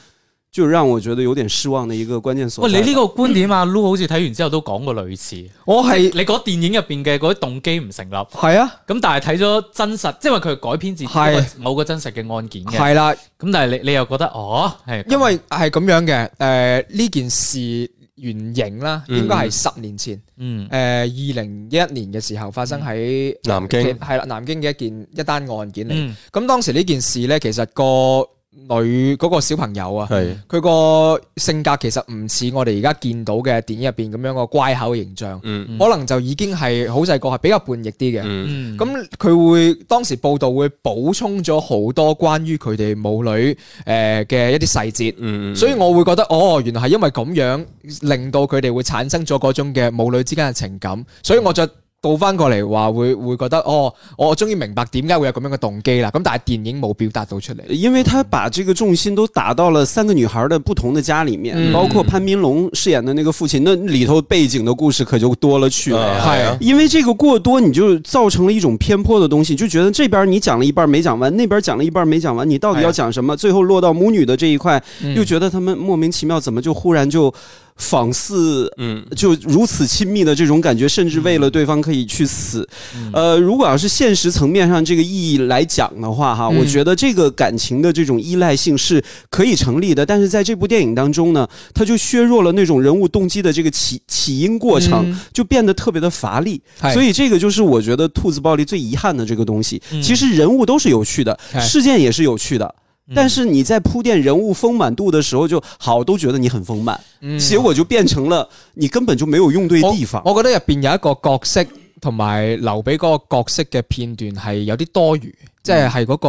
[SPEAKER 6] 就让我觉得有点失望的一个关键所
[SPEAKER 3] 喂，
[SPEAKER 6] 在。
[SPEAKER 3] 你呢個觀點啊，Lu 好似睇完之後都講過類似，你
[SPEAKER 4] 我係
[SPEAKER 3] 覺得電影入邊嘅嗰啲動機唔成立，咁
[SPEAKER 4] 係啊，
[SPEAKER 3] 但係睇咗真實，即係因為佢改編自一
[SPEAKER 4] 係
[SPEAKER 3] 個某個真實嘅案件嘅，
[SPEAKER 4] 係啦，
[SPEAKER 3] 咁但係你你又覺得哦，係咁，
[SPEAKER 4] 因為係咁樣嘅。誒呢件事原型啦，
[SPEAKER 2] 嗯
[SPEAKER 4] 應該係十年前，
[SPEAKER 3] 嗯
[SPEAKER 4] 誒二零一一年嘅時候發生喺
[SPEAKER 2] 南京
[SPEAKER 4] 係啦南京嘅一件一單案件嚟。
[SPEAKER 3] 嗯
[SPEAKER 4] 咁當時呢件事咧，其實個女嗰個小朋友啊。
[SPEAKER 2] 係
[SPEAKER 4] 佢個性格其實唔似我哋而家見到嘅電影入邊咁樣個乖巧嘅形象，
[SPEAKER 2] 嗯
[SPEAKER 4] 可能就已經係好細個係比較叛逆啲嘅。
[SPEAKER 2] 嗯
[SPEAKER 3] 嗯，
[SPEAKER 4] 咁佢、會當時報道會補充咗好多關於佢哋母女誒嘅、一啲細節，
[SPEAKER 2] 嗯，
[SPEAKER 4] 所以我會覺得哦，原來係因為咁樣令到佢哋會產生咗嗰種嘅母女之間嘅情感，所以我就倒翻過嚟話會會覺得哦，我終於明白點解會有咁樣嘅動機啦。咁但係電影冇表達到出嚟。
[SPEAKER 6] 因为他把这个重心都打到了三个女孩的不同的家里面，
[SPEAKER 4] 嗯
[SPEAKER 6] 包括潘斌龙饰演的那个父亲，那里头背景的故事可就多了去了
[SPEAKER 2] 嗯
[SPEAKER 6] 呀。
[SPEAKER 4] 係啊
[SPEAKER 6] 因为这个过多，你就造成了一种偏颇的东西，就觉得这边你讲了一半没讲完，那边讲了一半没讲完，你到底要讲什么？最后落到母女的这一块，
[SPEAKER 2] 嗯
[SPEAKER 4] 嗯
[SPEAKER 6] 又觉得他们莫名其妙，怎么就忽然就仿似
[SPEAKER 2] 嗯
[SPEAKER 6] 就如此亲密的这种感觉，甚至
[SPEAKER 4] 嗯
[SPEAKER 6] 为了对方可以去死。呃，如果要是现实层面上这个意义来讲的话，哈，
[SPEAKER 4] 嗯
[SPEAKER 6] 我觉得这个感情的这种依赖性是可以成立的，但是在这部电影当中呢，它就削弱了那种人物动机的这个起起因过程。
[SPEAKER 4] 嗯
[SPEAKER 6] 就变得特别的乏力
[SPEAKER 4] 是，
[SPEAKER 6] 所以这个就是我觉得兔子暴力最遗憾的这个东西。
[SPEAKER 3] 嗯
[SPEAKER 6] 其实人物都是有趣的，
[SPEAKER 4] 是
[SPEAKER 6] 事件也是有趣的，
[SPEAKER 3] 嗯
[SPEAKER 6] 但是你在铺垫人物丰满度的时候，就好都觉得你很丰满，
[SPEAKER 4] 嗯哦
[SPEAKER 6] 结果就变成了你根本就没有用对地方。
[SPEAKER 4] 我我覺得入邊有一個角色同埋留俾嗰個角色嘅片段係有啲多餘，即係係嗰個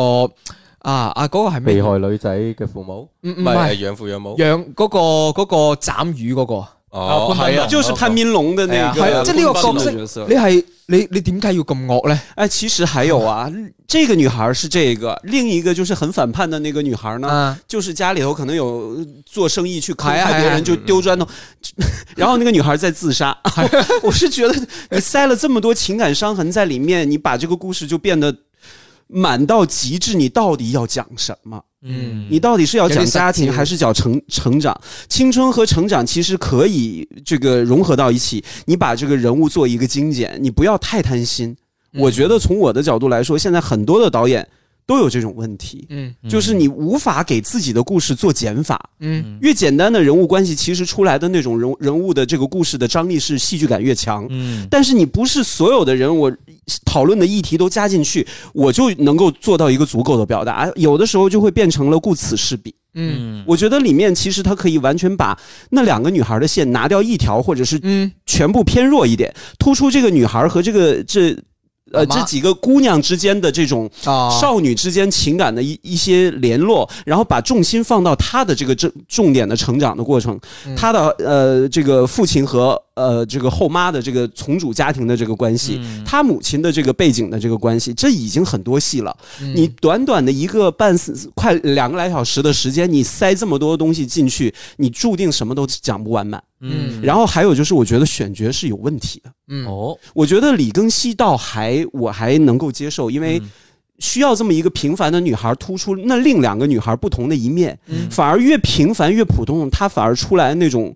[SPEAKER 4] 啊啊嗰、個係咩？
[SPEAKER 2] 被害女仔嘅父母，
[SPEAKER 4] 唔唔
[SPEAKER 2] 唔係係
[SPEAKER 4] 係
[SPEAKER 2] 養父養母。
[SPEAKER 4] 養嗰個嗰、個斬魚嗰、個，
[SPEAKER 2] 哦，係啊，
[SPEAKER 6] 就是潘斌龙的那
[SPEAKER 4] 哎呀
[SPEAKER 6] 个，
[SPEAKER 4] 这六个角色
[SPEAKER 6] 角色
[SPEAKER 4] 你。係你你點解要咁惡咧？
[SPEAKER 6] 哎，其实还有啊，这个女孩是这个，另一个就是很反叛的那个女孩呢，
[SPEAKER 4] 啊，
[SPEAKER 6] 就是家里头可能有呃做生意去坑
[SPEAKER 4] 哎呀
[SPEAKER 6] 害
[SPEAKER 4] 哎呀嗯
[SPEAKER 6] 别人，就丢砖头， 然后那个女孩在自杀。
[SPEAKER 4] 哎
[SPEAKER 6] 我是觉得你塞了这么多情感伤痕在里面，你把这个故事就变得满到极致，你到底要讲什么？
[SPEAKER 3] 嗯
[SPEAKER 6] 你到底是要
[SPEAKER 4] 有
[SPEAKER 6] 讲
[SPEAKER 4] 点
[SPEAKER 6] 家
[SPEAKER 4] 撒
[SPEAKER 6] 庭
[SPEAKER 4] 娇
[SPEAKER 6] 还是讲成成长？青春和成长其实可以这个融合到一起，你把这个人物做一
[SPEAKER 4] 嗯
[SPEAKER 6] 个精简，你不要太贪心。我觉得从我的角度来说，现在很多的导演都有这种问题，
[SPEAKER 4] 嗯
[SPEAKER 6] 就是你无法给自己的故事做减法。
[SPEAKER 4] 嗯
[SPEAKER 6] 越简单的人物关系，其实出来的那种人人物的这个故事的张力是戏剧感越强。
[SPEAKER 3] 嗯
[SPEAKER 6] 但是你不是所有的人，我讨论的议题都加进去，我就能够做到一个足够的表达。有的时候就会变成了顾此失彼。
[SPEAKER 4] 嗯
[SPEAKER 3] 嗯
[SPEAKER 6] 我觉得里面其实它可以完全把那两个女孩的线拿掉一条，或者是
[SPEAKER 4] 嗯
[SPEAKER 6] 全部偏弱一点，突出这个女孩和这个这。呃，
[SPEAKER 4] 妈
[SPEAKER 6] 这
[SPEAKER 4] 妈
[SPEAKER 6] 几个姑娘之间的这种
[SPEAKER 4] 啊，
[SPEAKER 6] 少女之间情感的一一些联络，然后把重心放到她的这个重重点的成长的过程，
[SPEAKER 4] 嗯
[SPEAKER 6] 她的呃这个父亲和呃这个后妈的这个从主家庭的这个关系，
[SPEAKER 4] 嗯
[SPEAKER 6] 她母亲的这个背景的这个关系，这已经很多戏了。
[SPEAKER 4] 嗯
[SPEAKER 6] 你短短的一个半死快两个来小时的时间，你塞这么多东西进去，你注定什么都讲不完满。
[SPEAKER 4] 嗯
[SPEAKER 6] 然后还有就是，我觉得选角是有问题的。
[SPEAKER 4] 嗯
[SPEAKER 3] 哦，
[SPEAKER 6] 我觉得李庚希倒还我还能够接受，因为
[SPEAKER 3] 嗯
[SPEAKER 6] 需要这么一个平凡的女孩突出那另两个女孩不同的一面，
[SPEAKER 4] 嗯
[SPEAKER 6] 反而越平凡越普通，她反而出来那种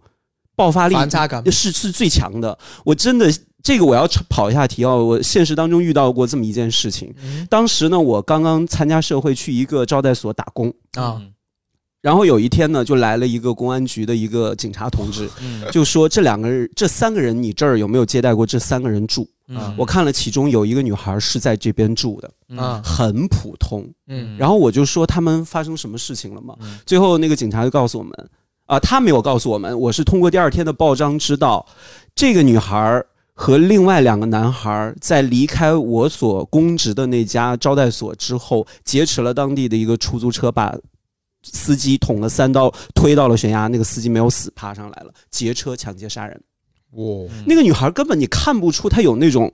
[SPEAKER 6] 爆发力
[SPEAKER 4] 反差感
[SPEAKER 6] 是是最强的。我真的这个我要跑一下题啊，我现实当中遇到过这么一件事情。
[SPEAKER 4] 嗯
[SPEAKER 6] 当时呢，我刚刚参加社会，去一个招待所打工。
[SPEAKER 4] 啊，
[SPEAKER 6] 然后有一天呢，就来了一个公安局的一个警察同志，
[SPEAKER 3] 嗯
[SPEAKER 6] 就说这两个人、这三个人，你这儿有没有接待过这三个人住？
[SPEAKER 3] 嗯
[SPEAKER 6] 我看了其中有一个女孩是在这边住的，
[SPEAKER 3] 嗯
[SPEAKER 4] 啊
[SPEAKER 6] 很普通。
[SPEAKER 4] 嗯
[SPEAKER 6] 然后我就说他们发生什么事情了嘛
[SPEAKER 3] 嗯？
[SPEAKER 6] 最后那个警察就告诉我们，啊、他没有告诉我们，我是通过第二天的报章知道，这个女孩和另外两个男孩在离开我所公职的那家招待所之后，劫持了当地的一个出租车，把司机捅了三刀，推到了悬崖，那个司机没有死，爬上来了，劫车抢劫杀人。
[SPEAKER 4] 哇
[SPEAKER 6] 那个女孩根本你看不出她有那种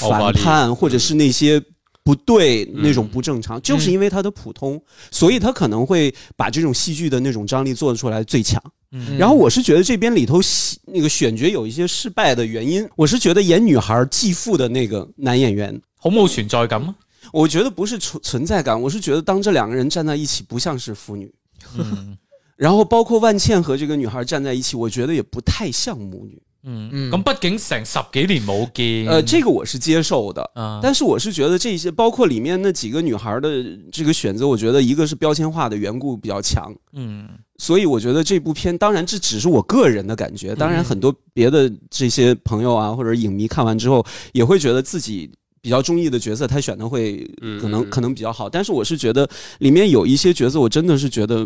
[SPEAKER 2] 爆发
[SPEAKER 6] 反
[SPEAKER 2] 力
[SPEAKER 6] 叛，或者是那些不对、那种不正常，就是
[SPEAKER 4] 嗯
[SPEAKER 6] 因为她的普通，所以她可能会把这种戏剧的那种张力做出来最强。
[SPEAKER 3] 嗯
[SPEAKER 6] 然后我是觉得这边里头戏那个选角有一些失败的原因，我是觉得演女孩继父的那个男演员。
[SPEAKER 3] 好冇存在感啊，
[SPEAKER 6] 我觉得不是存存在感，我是觉得当这两个人站在一起不像是父女，
[SPEAKER 3] 嗯
[SPEAKER 6] 然后包括万茜和这个女孩站在一起，我觉得也不太像母女。
[SPEAKER 3] 嗯，
[SPEAKER 4] 嗯
[SPEAKER 3] 咁畢竟成十幾年冇見，
[SPEAKER 6] 呃，这个我是接受的，
[SPEAKER 3] 啊，
[SPEAKER 6] 但是我是觉得这些，包括里面那几个女孩的这个选择，我觉得一个是标签化的缘故比较强，
[SPEAKER 3] 嗯
[SPEAKER 6] 所以我觉得这部片，当然这只是我个人的感觉，当然很多别的这些朋友啊或者影迷看完之后，也会觉得自己比较中意的角色，他选的会
[SPEAKER 2] 嗯
[SPEAKER 6] 可能
[SPEAKER 2] 嗯
[SPEAKER 6] 可能比较好，但是我是觉得里面有一些角色，我真的是觉得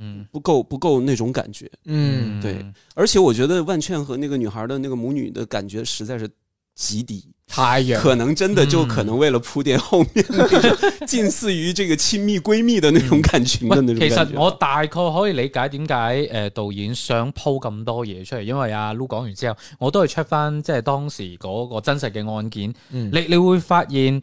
[SPEAKER 3] 嗯
[SPEAKER 6] 不够不够那种感觉，
[SPEAKER 4] 嗯
[SPEAKER 6] 对，而且我觉得万茜和那个女孩的那个母女的感觉实在是极低。
[SPEAKER 4] 太阳
[SPEAKER 6] 可能真的就可能为了铺垫后面那种近似于这个亲密闺蜜的那种感情
[SPEAKER 3] 喂
[SPEAKER 6] 的那种感觉。
[SPEAKER 3] 其
[SPEAKER 4] 啊
[SPEAKER 3] 實我大概可以理解點解誒導演想鋪咁多嘢出嚟，因為阿 Lu 講完之後，我都係 check 翻即係當時嗰個真實嘅案件，
[SPEAKER 4] 嗯
[SPEAKER 3] 你你會發現誒、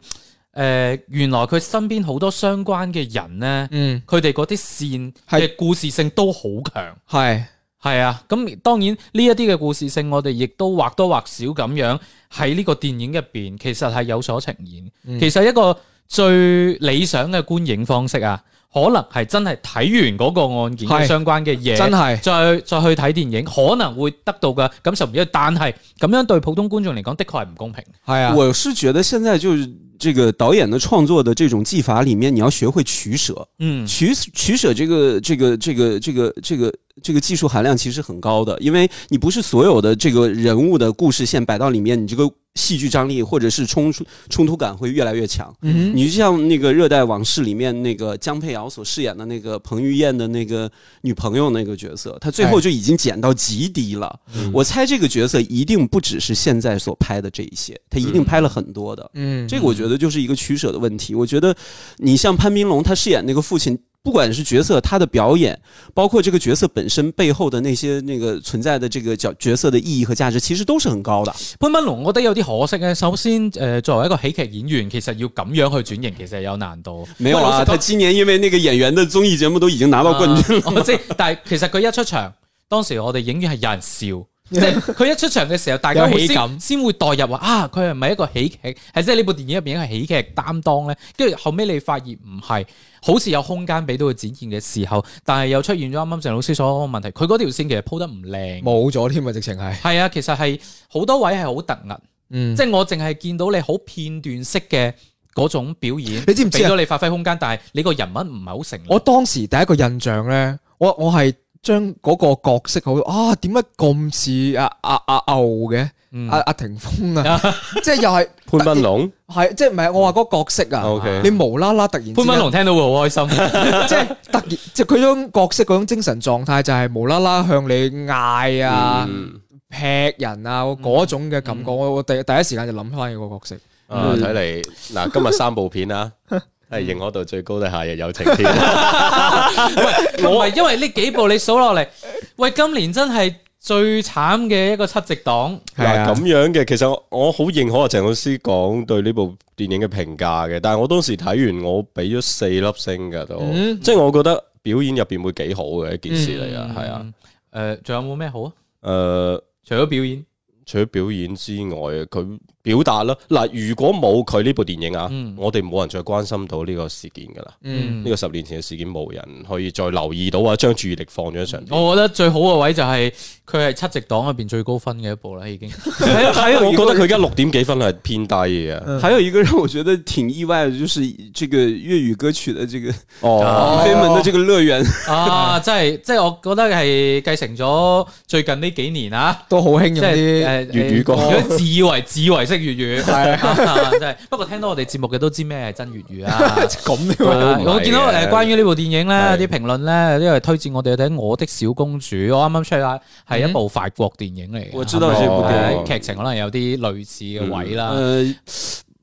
[SPEAKER 3] 呃原來佢身邊好多相關嘅人咧，
[SPEAKER 4] 嗯
[SPEAKER 3] 佢哋嗰啲線
[SPEAKER 4] 係
[SPEAKER 3] 嘅故事性都好強。
[SPEAKER 4] 系
[SPEAKER 3] 系啊，咁當然呢一啲嘅故事性，我哋亦都或多或少咁樣喺呢個電影入边，其實係有所呈現。
[SPEAKER 4] 嗯
[SPEAKER 3] 其實一個最理想嘅觀影方式啊，可能係真係睇完嗰個案件嘅
[SPEAKER 4] 係
[SPEAKER 3] 相關嘅嘢，
[SPEAKER 4] 真係
[SPEAKER 3] 再再去睇電影，可能會得到嘅感受唔一樣。但係咁樣對普通觀眾嚟講，的確係唔公平。
[SPEAKER 4] 系啊，
[SPEAKER 6] 我是觉得现在就是这个导演的创作的这种技法里面，你要学会取舍，
[SPEAKER 3] 嗯
[SPEAKER 6] 取取舍这个这个这个这个这个这个技术含量其实很高的，因为你不是所有的这个人物的故事线摆到里面，你这个戏剧张力或者是冲突冲突感会越来越强。
[SPEAKER 4] 嗯
[SPEAKER 6] 你就像那个《热带往事》里面那个江佩瑶所饰演的那个彭于晏的那个女朋友那个角色，她最后就已经减到极低了。我猜这个角色一定不只是现在所拍的这一些，她一定拍了很多的。
[SPEAKER 4] 嗯
[SPEAKER 6] 这个我觉得就是一个取舍的问题。我觉得你像潘斌龙，他饰演那个父亲，不管是角色他的表演，包括这个角色本身背后的那些那个存在的这个角角色的意义和价值，其实都是很高的。
[SPEAKER 3] 潘斌龍，我覺得有啲可惜咧。首先，诶、作為一個喜劇演員，其實要咁樣去轉型，其實係有難度。
[SPEAKER 6] 没有
[SPEAKER 3] 喂老
[SPEAKER 6] 啊，
[SPEAKER 3] 實講
[SPEAKER 6] 他今年因为那个演员的综艺节目都已经拿到冠军了。
[SPEAKER 3] 啊我知，但系其實佢一出場，當時我哋影院係有人 笑。即係佢一出場嘅時候，大家
[SPEAKER 4] 有
[SPEAKER 3] 會
[SPEAKER 4] 喜
[SPEAKER 3] 先
[SPEAKER 4] 感
[SPEAKER 3] 先會代入話啊，佢係咪一個喜劇？係即係呢部電影入邊一個喜劇擔當咧？跟住後尾你發現唔係，好似有空間俾到佢展現嘅時候，但係又出現咗啱啱鄭老師所講嘅問題，佢嗰條線其實鋪得唔靚。
[SPEAKER 4] 冇咗添啊，直情系，
[SPEAKER 3] 係啊，其實係好多位係好突兀，
[SPEAKER 4] 嗯
[SPEAKER 3] 即係我淨係見到你好片段式嘅嗰種表演，
[SPEAKER 4] 你知唔知
[SPEAKER 3] 俾
[SPEAKER 4] 啊
[SPEAKER 3] 到你發揮空間，但係你個人物唔係好成立。
[SPEAKER 4] 我當時第一個印象咧，我我係將嗰個角色好啊，點解咁似阿阿阿牛嘅
[SPEAKER 3] 嗯
[SPEAKER 4] 阿阿霆鋒 啊，即係又係
[SPEAKER 2] 潘斌龍
[SPEAKER 4] 係即係唔係我話嗰個角色啊
[SPEAKER 2] OK
[SPEAKER 4] 你無啦啦突然之間
[SPEAKER 3] 潘斌龍聽到會好開心，
[SPEAKER 4] 即係突然即係佢種角色嗰種精神狀態就係無啦啦向你嗌啊、
[SPEAKER 2] 嗯
[SPEAKER 4] 劈人啊嗰種嘅感覺，我我第第一時間就諗翻起個角色。
[SPEAKER 2] 啊，睇嚟嗱，今日三部片 啊，係認可度最高都 係《夏啊日友情》添。
[SPEAKER 3] 唔係因為呢幾部你數落嚟，喂，今年真係最慘嘅一個七夕黨。
[SPEAKER 4] 係啊
[SPEAKER 2] 嗱咁樣嘅，其實我我好認可阿鄭老師講對呢部電影嘅評價嘅，但係我當時睇完我俾咗四粒星㗎都，
[SPEAKER 3] 哦
[SPEAKER 4] 嗯
[SPEAKER 2] 即係我覺得表演入邊會幾好嘅一件事嚟啊，係啊，
[SPEAKER 3] 嗯。誒，仲有冇咩好啊？
[SPEAKER 2] 誒。
[SPEAKER 3] 除咗表演，
[SPEAKER 2] 除咗表演之外，啊佢表達啦。嗱，如果冇佢呢部電影啊，
[SPEAKER 3] 嗯
[SPEAKER 2] 我哋冇人再關心到呢個事件噶啦。
[SPEAKER 4] 嗯
[SPEAKER 2] 呢、個十年前嘅事件，冇人可以再留意到啊，將注意力放咗喺
[SPEAKER 4] 哦
[SPEAKER 2] 上邊。
[SPEAKER 3] 我覺得最好嘅位就係佢係七夕黨入邊最高分嘅一部啦，已經。
[SPEAKER 6] 还有还有
[SPEAKER 2] 我
[SPEAKER 6] 一
[SPEAKER 2] 覺得佢
[SPEAKER 6] 个
[SPEAKER 2] 而家六點幾分係偏低嘅。
[SPEAKER 6] 还有一个让我觉得挺意外的，就是这个粤语歌曲的这个
[SPEAKER 4] 啊
[SPEAKER 2] 哦，
[SPEAKER 6] 飞门的这个乐园，
[SPEAKER 3] 啊，即係即係，我覺得係繼承咗最近呢幾年啊，
[SPEAKER 4] 都好興
[SPEAKER 3] 即
[SPEAKER 4] 用
[SPEAKER 3] 係
[SPEAKER 4] 啲
[SPEAKER 3] 誒
[SPEAKER 2] 粵語歌
[SPEAKER 3] 如果自以為自以為識粵語， 係真係。不過聽到我哋節目嘅都知咩係真粵語啊。
[SPEAKER 4] 咁
[SPEAKER 2] 都唔係嘅
[SPEAKER 3] 我見到
[SPEAKER 4] 呃
[SPEAKER 3] 誒關於呢部電影
[SPEAKER 2] 係
[SPEAKER 3] 咧，啲評論咧，因為推薦我哋睇《我的小公主》，我啱啱 check 下係
[SPEAKER 4] 嗯
[SPEAKER 3] 一部法國電影嚟嘅。
[SPEAKER 6] 我知道這部電
[SPEAKER 2] 影
[SPEAKER 3] 誒劇情可能有啲類似嘅位啦。
[SPEAKER 6] 呃，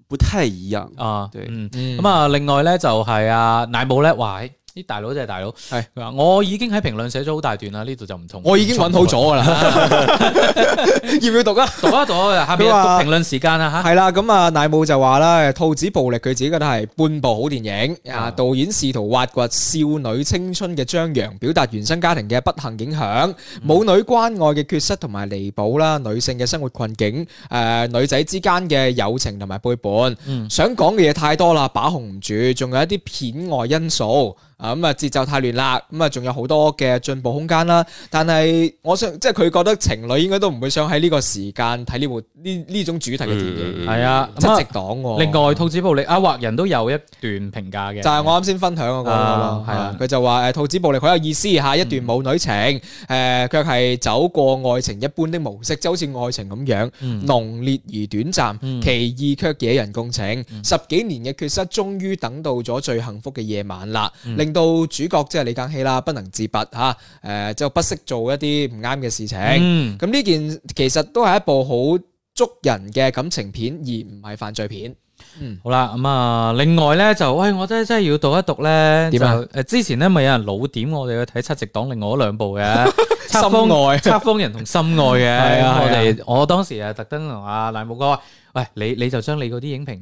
[SPEAKER 6] 不太一样。
[SPEAKER 3] 啊，
[SPEAKER 6] 對
[SPEAKER 3] 嗯
[SPEAKER 4] 嗯
[SPEAKER 3] 咁啊，另外咧就係啊奶母咧，哇！啲大佬真係大佬，
[SPEAKER 4] 係
[SPEAKER 3] 佢話我已經喺評論寫咗好大段啦，呢度就唔同。
[SPEAKER 4] 我已經揾好咗噶 啦，要唔要讀啊？
[SPEAKER 3] 讀一讀啊，下邊
[SPEAKER 4] 佢話
[SPEAKER 3] 讀評論時間啊嚇。
[SPEAKER 4] 系啦，咁啊，乃姆就話啦，《兔子暴力》佢自己覺得係半部好電影啊，導演試圖挖掘少女青春嘅張揚，表達原生家庭嘅不幸影響、母女關愛嘅缺失同埋彌補啦，女性嘅生活困境，诶，女仔之間嘅友情同埋背叛，
[SPEAKER 3] 嗯
[SPEAKER 4] 想講嘅嘢太多啦，把控唔住，仲有一啲片外因素。啊咁啊節奏太亂啦，咁啊仲有好多嘅進步空間啦。但係我想即係佢覺得情侶應該都唔會想喺呢個時間睇呢部呢呢種主題嘅電影。
[SPEAKER 2] 嗯
[SPEAKER 3] 係啊，
[SPEAKER 4] 七
[SPEAKER 3] 咁
[SPEAKER 4] 夕
[SPEAKER 3] 啊，
[SPEAKER 4] 黨喎。
[SPEAKER 3] 另外兔子暴力啊，畫人都有一段評價嘅，
[SPEAKER 4] 就係我啱先分享嗰個
[SPEAKER 3] 啊
[SPEAKER 4] 咯，
[SPEAKER 3] 係啊
[SPEAKER 4] 佢就話誒兔子暴力好有意思嚇，一段母女情誒，卻係走過愛情一般的模式，就好似愛情咁樣
[SPEAKER 3] 嗯
[SPEAKER 4] 濃烈而短
[SPEAKER 3] 嗯
[SPEAKER 4] 暫，其二卻惹人共情。十幾年嘅缺失，終於等到咗最幸福嘅夜晚啦，令到主角即係李庚希啦，不能自拔嚇誒，就不惜做一啲唔啱嘅事情。
[SPEAKER 3] 嗯
[SPEAKER 4] 咁呢件其實都係一部好捉人嘅感情片，而唔係犯罪片。
[SPEAKER 3] 好啦，咁啊，另外咧就，喂，我真係真係要讀一讀咧。
[SPEAKER 4] 點啊
[SPEAKER 3] 就？誒，呃之前咧咪有人老點我哋去睇七夕黨另外嗰兩部嘅《
[SPEAKER 4] 心
[SPEAKER 3] 測風
[SPEAKER 4] 愛
[SPEAKER 3] 測風人》同《心愛》嘅。
[SPEAKER 4] 係
[SPEAKER 3] 咁
[SPEAKER 4] 啊
[SPEAKER 3] 我
[SPEAKER 4] 係
[SPEAKER 3] 哋我當時啊，特登同阿賴姆哥話，喂，你你就將你嗰啲影評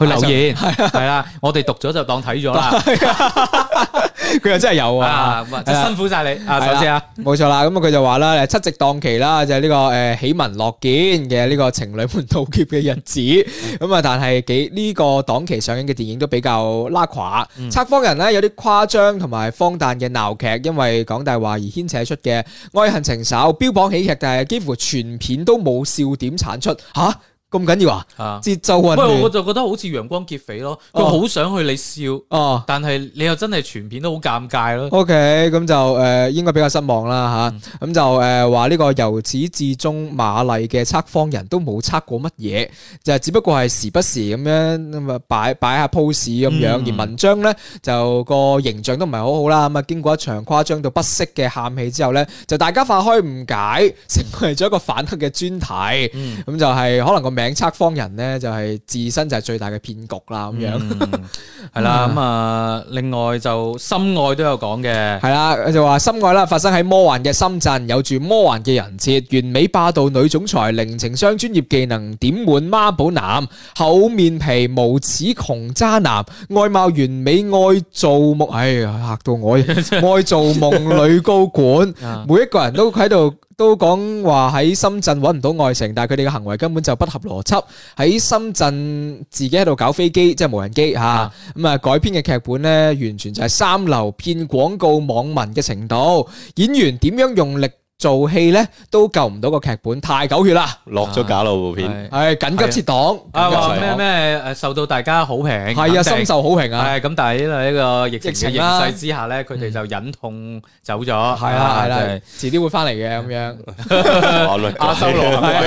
[SPEAKER 3] 去留 言，
[SPEAKER 4] 啊
[SPEAKER 3] 係啦，我哋讀咗就當睇咗啦。
[SPEAKER 4] 佢啊又真係有啊！
[SPEAKER 3] 啊，哇真係辛苦晒你啊！
[SPEAKER 4] 係啦
[SPEAKER 3] 首先啊，
[SPEAKER 4] 冇錯啦，咁佢就話啦，七夕檔期啦，就係呢個誒喜聞樂見嘅呢個情侶們道歉嘅日子。
[SPEAKER 3] 嗯
[SPEAKER 4] 咁啊，但係幾呢個檔期上映嘅電影都比較拉垮，
[SPEAKER 3] 嗯
[SPEAKER 4] 測謊人呢有啲誇張同埋荒誕嘅鬧劇，因為講大話而牽扯出嘅愛恨情仇，標榜喜劇，但係幾乎全片都冇笑點產出。吓咁緊要啊？
[SPEAKER 3] 啊，
[SPEAKER 4] 節奏混
[SPEAKER 3] 喂，我
[SPEAKER 4] 亂
[SPEAKER 3] 就覺得好似陽光劫匪咯，佢
[SPEAKER 4] 哦
[SPEAKER 3] 好想去你笑，
[SPEAKER 4] 哦。
[SPEAKER 3] 但係你又真係全片都好尷尬咯。
[SPEAKER 4] O K，咁就誒、呃、應該比較失望啦吓，咁、就誒話呢個由始至終馬麗嘅測謊人都冇測過乜嘢，就只不過係時不時咁樣咁啊擺擺下 pose 咁樣，
[SPEAKER 3] 嗯
[SPEAKER 4] 而文章咧就個形象都唔係好好啦。咁啊經過一場誇張到不適嘅喊氣之後咧，就大家化開誤解，成為咗一個反黑嘅專題。
[SPEAKER 3] 嗯
[SPEAKER 4] 咁就係可能個名測謊人咧，就係自身就係最大嘅騙局啦咁樣。
[SPEAKER 3] 嗯係啦，咁啊，另外就心愛都有講嘅，
[SPEAKER 4] 系啦，啊佢就話心愛啦，發生喺魔幻嘅深圳，有住魔幻嘅人設，完美霸道女總裁，零情商專業技能點滿媽寶男，厚面皮無恥窮渣男，外貌完美，愛做夢，哎呀嚇到我，愛做夢女高管。
[SPEAKER 3] 啊
[SPEAKER 4] 每一個人都喺度都講話喺深圳揾唔到愛情，但係佢哋嘅行為根本就不合邏輯。喺深圳自己喺度搞飛機，即係無人機嚇，咁啊
[SPEAKER 3] 啊
[SPEAKER 4] 改編嘅劇本呢，完全就係三流騙廣告網民嘅程度，演員點樣用力做戲咧都救唔到個劇本，太狗血啦，
[SPEAKER 2] 落咗架啦部片，
[SPEAKER 3] 係
[SPEAKER 4] 係緊急撤檔，
[SPEAKER 3] 啊話
[SPEAKER 4] 緊急撤
[SPEAKER 3] 咩
[SPEAKER 4] 檔
[SPEAKER 3] 咩诶，誒受到大家好評，
[SPEAKER 4] 係啊，
[SPEAKER 3] 肯定
[SPEAKER 4] 深受好評啊，
[SPEAKER 3] 係咁，但係因為呢個疫情
[SPEAKER 4] 疫
[SPEAKER 3] 嘅
[SPEAKER 4] 情
[SPEAKER 3] 形
[SPEAKER 4] 啦
[SPEAKER 3] 勢之下咧，佢哋就忍痛走咗，係
[SPEAKER 4] 係啦係啦
[SPEAKER 3] 真係，
[SPEAKER 4] 遲啲會翻嚟嘅咁樣。
[SPEAKER 2] 哇律
[SPEAKER 3] 阿修羅係啊，另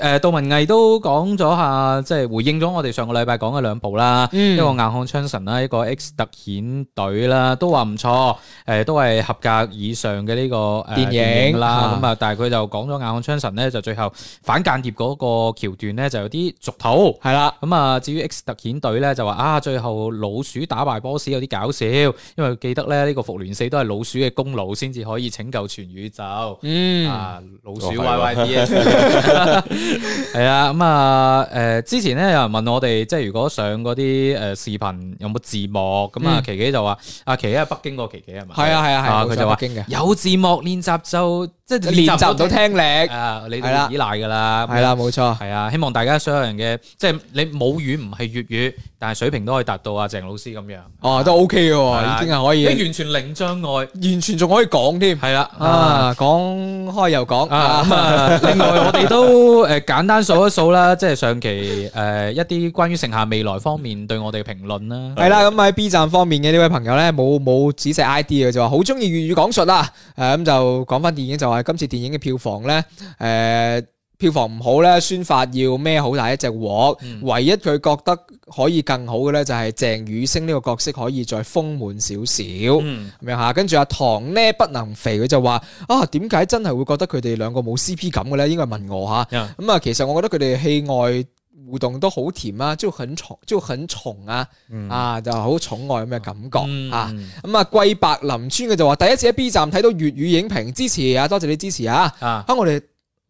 [SPEAKER 3] 外誒杜文毅都講咗下，即係回應咗我哋上個禮拜講嘅兩部啦，
[SPEAKER 4] 嗯
[SPEAKER 3] 一個硬漢槍神啦，一個 X 特遣隊啦，都話唔錯，誒都係合格以上嘅呢個誒
[SPEAKER 4] 電影
[SPEAKER 3] 啦。
[SPEAKER 4] 啊
[SPEAKER 3] 咁啊，但係佢就講咗硬漢槍神咧，就最後反間諜嗰個橋段咧，就有啲俗套。
[SPEAKER 4] 係啦，
[SPEAKER 3] 咁啊，至於 X 特遣隊咧，就話啊，最後老鼠打敗 boss 有啲搞笑，因為記得咧呢個復聯四都係老鼠嘅功勞先至可以拯救全宇宙。
[SPEAKER 4] 嗯，
[SPEAKER 3] 啊，老鼠
[SPEAKER 2] 哦係
[SPEAKER 3] Y Y 啊 D S，係啊，咁啊，誒之前咧有人問我哋，即係如果上嗰啲誒視頻有冇字幕，咁啊
[SPEAKER 4] 嗯
[SPEAKER 3] 琪琪就話，阿琪琪啊喺北京個琪琪係咪？
[SPEAKER 4] 係啊係啊係啊，
[SPEAKER 3] 佢就話
[SPEAKER 4] 北京嘅
[SPEAKER 3] 有字幕練習就即係
[SPEAKER 4] 練習到聽力，
[SPEAKER 3] 啊，你
[SPEAKER 4] 係啦
[SPEAKER 3] 哋依賴㗎啦，
[SPEAKER 4] 係啦，冇錯。
[SPEAKER 3] 係啊，希望大家所有人嘅即係你母語唔係粵語，但係水平都可以達到阿啊鄭老師咁樣。
[SPEAKER 4] 哦，都 OK 嘅
[SPEAKER 3] 係啊
[SPEAKER 4] 喎，已經係可
[SPEAKER 3] 你
[SPEAKER 4] 以，
[SPEAKER 3] 完全零障礙。
[SPEAKER 4] 完全仲可以講添。
[SPEAKER 3] 係啦，啊。
[SPEAKER 4] 啊，講開又講
[SPEAKER 3] 啊，咁
[SPEAKER 4] 啊，
[SPEAKER 3] 啊，另外我哋都誒簡單數一數啦，即係上期誒一啲關於盛夏未來方面對我哋嘅評論啦。
[SPEAKER 4] 係啦，咁喺 B 站方面嘅呢位朋友咧，冇冇指石 I D 嘅，就話好中意粵語講述啦。誒咁就講翻電影，就話今次電影嘅票房咧，誒票房唔好咧，宣發要孭好大一隻鑊。
[SPEAKER 3] 嗯
[SPEAKER 4] 唯一佢覺得可以更好嘅咧，就係鄭雨星呢個角色可以再豐滿少少。
[SPEAKER 3] 嗯，
[SPEAKER 4] 咁樣嚇，跟住阿唐呢不能肥，佢就話啊點解真係會覺得佢哋兩個冇 CP 感嘅咧？應該問我嚇。咁啊
[SPEAKER 3] Yeah.、
[SPEAKER 4] 其實我覺得佢哋戲外互動都好甜啊，即係很重，即係很重啊，啊就好寵愛咁嘅感覺、啊。
[SPEAKER 3] 嗯
[SPEAKER 4] 咁啊，桂白林村嘅就話第一次喺 B 站睇到粵語影評，支持啊，多謝你支持啊！
[SPEAKER 3] 啊，
[SPEAKER 4] 啊，我哋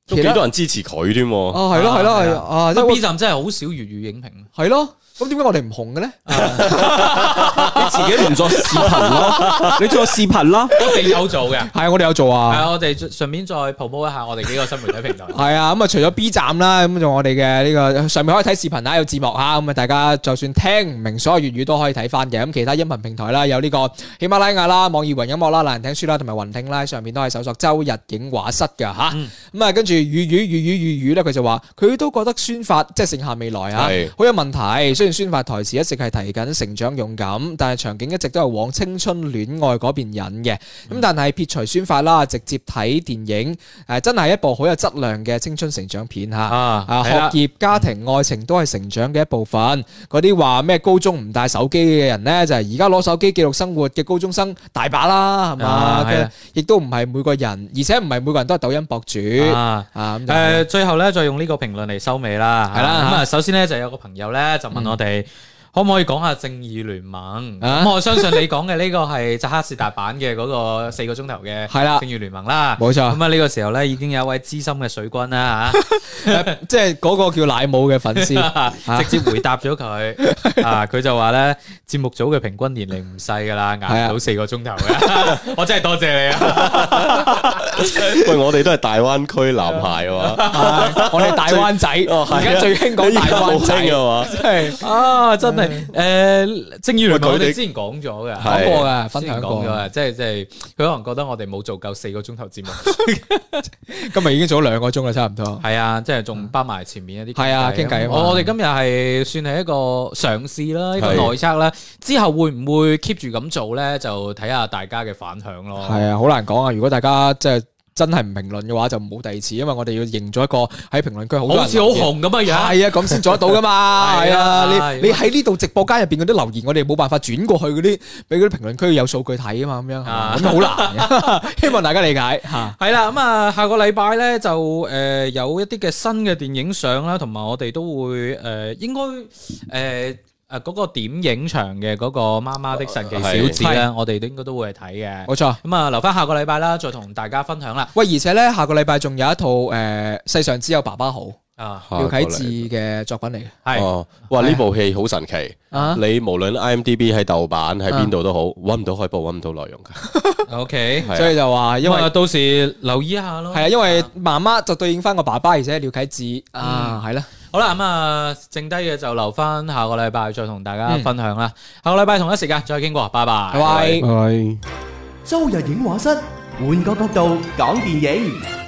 [SPEAKER 2] 都幾多人支持佢添喎，
[SPEAKER 4] 哦，係咯係咯
[SPEAKER 3] 啊
[SPEAKER 4] 係啊，即
[SPEAKER 3] 咁 B
[SPEAKER 4] 係
[SPEAKER 3] 站真係好少粵語影評。
[SPEAKER 4] 係咯。咁點解我哋唔紅嘅 咧？
[SPEAKER 6] 你 自己唔做視頻咯，你做視頻啦，
[SPEAKER 3] 我哋有 做嘅，係
[SPEAKER 4] 係啊，我哋有做啊。
[SPEAKER 3] 啊，我哋順便再 promote 一下我哋幾個新媒體平台。
[SPEAKER 4] 系啊，咁啊，除咗 B 站啦，咁仲我哋嘅呢個上面可以睇視頻啦，有字幕吓，咁啊，大家就算聽唔明所有粵語都可以睇翻嘅。咁其他音頻平台啦，有呢個喜馬拉雅啦、網易雲音樂啦、難聽書啦，同埋雲聽啦，上面都係搜索周日影畫室嘅吓。
[SPEAKER 3] 嗯
[SPEAKER 4] 咁啊，跟住粵語粵語粵語咧，佢就話佢都覺得宣發即係盛夏未來啊
[SPEAKER 2] 係，
[SPEAKER 4] 好有問題。雖然宣發台詞一直係提緊成長勇敢，但係場景一直都係往青春戀愛嗰邊引嘅。咁但係撇除宣發啦，直接睇電影。誒真係一部好有質量嘅青春成長片嚇。
[SPEAKER 3] 啊
[SPEAKER 4] 啊，學
[SPEAKER 3] 係啦
[SPEAKER 4] 業、家庭、愛情都係成長嘅一部分。嗰啲話咩高中唔帶手機嘅人呢，就係而家攞手機記錄生活嘅高中生大把啦，係嘛
[SPEAKER 3] 啊係啊？
[SPEAKER 4] 亦都唔係每個人，而且唔係每個人都係抖音博主
[SPEAKER 3] 啊。
[SPEAKER 4] 啊。咁就係
[SPEAKER 3] 誒，最後咧，再用呢個評論嚟收尾啦。
[SPEAKER 4] 係啦嗯
[SPEAKER 3] 咁啊，首先咧就有個朋友咧就問我哋。可唔可以講下正義聯盟？咁、
[SPEAKER 4] 啊
[SPEAKER 3] 我相信你講嘅呢個係扎克士達版嘅嗰個四個鐘頭嘅
[SPEAKER 4] 係啦
[SPEAKER 3] 正義聯盟啦。
[SPEAKER 4] 冇錯
[SPEAKER 3] 咁啊呢個時候咧已經有一位資深嘅水軍 啦。
[SPEAKER 4] 即係嗰個叫奶母嘅粉絲
[SPEAKER 3] 嚇，直接回答咗佢啊，佢就話咧節目組嘅平均年齡唔細㗎啦，
[SPEAKER 4] 啊
[SPEAKER 3] 捱唔到四個鐘頭嘅。 我真係多謝你啊！
[SPEAKER 2] 喂，我哋都係大灣區男孩喎，
[SPEAKER 4] 啊我哋大灣仔，
[SPEAKER 2] 哦係啊
[SPEAKER 4] 而家最興講
[SPEAKER 2] 你
[SPEAKER 4] 大
[SPEAKER 2] 而家
[SPEAKER 4] 灣
[SPEAKER 2] 冇
[SPEAKER 4] 仔
[SPEAKER 2] 聽嘅嘛，
[SPEAKER 4] 係
[SPEAKER 3] 啊，真係誒、正義聯盟
[SPEAKER 2] 喂佢
[SPEAKER 3] 我
[SPEAKER 2] 哋
[SPEAKER 3] 哋之前講咗嘅，
[SPEAKER 4] 講過嘅，
[SPEAKER 3] 分
[SPEAKER 4] 分
[SPEAKER 3] 享
[SPEAKER 4] 享
[SPEAKER 3] 講
[SPEAKER 4] 過
[SPEAKER 3] 咗啊，即係即係佢可能覺得我哋冇做夠四個鐘頭節目，
[SPEAKER 4] 今日已經做咗兩個鐘啦，差唔多。
[SPEAKER 3] 係啊，即係仲包埋前面一啲
[SPEAKER 4] 係啊傾偈啊嘛
[SPEAKER 3] 我我哋今日係算係一個嘗試啦，一個
[SPEAKER 2] 係
[SPEAKER 3] 內測啦，之後會唔會 keep 住咁做咧？就睇下大家嘅反響咯。
[SPEAKER 4] 系啊，好難講啊！如果大家即係真係唔評論嘅話，就唔好第二次，因為我哋要營咗一個喺評論區好多人
[SPEAKER 3] 好似好
[SPEAKER 4] 留言
[SPEAKER 3] 紅咁嘅
[SPEAKER 4] 係
[SPEAKER 3] 樣。
[SPEAKER 4] 啊，咁先做得到 噶嘛，
[SPEAKER 3] 係
[SPEAKER 4] 係
[SPEAKER 3] 啊
[SPEAKER 4] 啊，
[SPEAKER 3] 係
[SPEAKER 4] 你你喺呢度直播間入邊嗰啲留言，我哋冇辦法轉過去嗰啲，俾嗰啲評論區有數據睇啊嘛，咁樣 係
[SPEAKER 3] 啊
[SPEAKER 4] 嘛咁好難嘅，希望大家理解吓。
[SPEAKER 3] 係啦，咁啊，下個禮拜咧就誒、呃有一啲嘅新嘅電影上啦，同埋我哋都會誒、呃、應該誒誒嗰個點影場嘅嗰個媽媽的神奇小子咧，我哋都應該都會係睇嘅。
[SPEAKER 4] 冇錯。
[SPEAKER 3] 咁啊，留翻下個禮拜啦，再同大家分享啦。
[SPEAKER 4] 喂，而且咧，下個禮拜仲有一套誒《世上只有爸爸好》
[SPEAKER 3] 啊，
[SPEAKER 4] 廖啟智嘅作品嚟嘅。
[SPEAKER 3] 係
[SPEAKER 2] 哦，哇！呢部戲好神奇，
[SPEAKER 4] 啊
[SPEAKER 2] 你無論 IMDB 喺豆瓣喺邊度都好，揾唔到海報，揾唔到內容㗎。
[SPEAKER 3] ，OK，
[SPEAKER 2] 係啊
[SPEAKER 4] 所以就話因
[SPEAKER 3] 因
[SPEAKER 4] 為
[SPEAKER 3] 為到時留意一下咯。
[SPEAKER 4] 係啊，因為媽媽就對應翻個爸爸，而且係廖啟智
[SPEAKER 3] 嗯
[SPEAKER 4] 啊，係啦。
[SPEAKER 3] 好啦，咁啊，剩低嘅就留翻下個禮拜再同大家分享啦。下個禮拜同一時間再傾過，拜拜。
[SPEAKER 4] 拜拜。
[SPEAKER 5] 拜。
[SPEAKER 8] 周日影畫室換個角度講電影。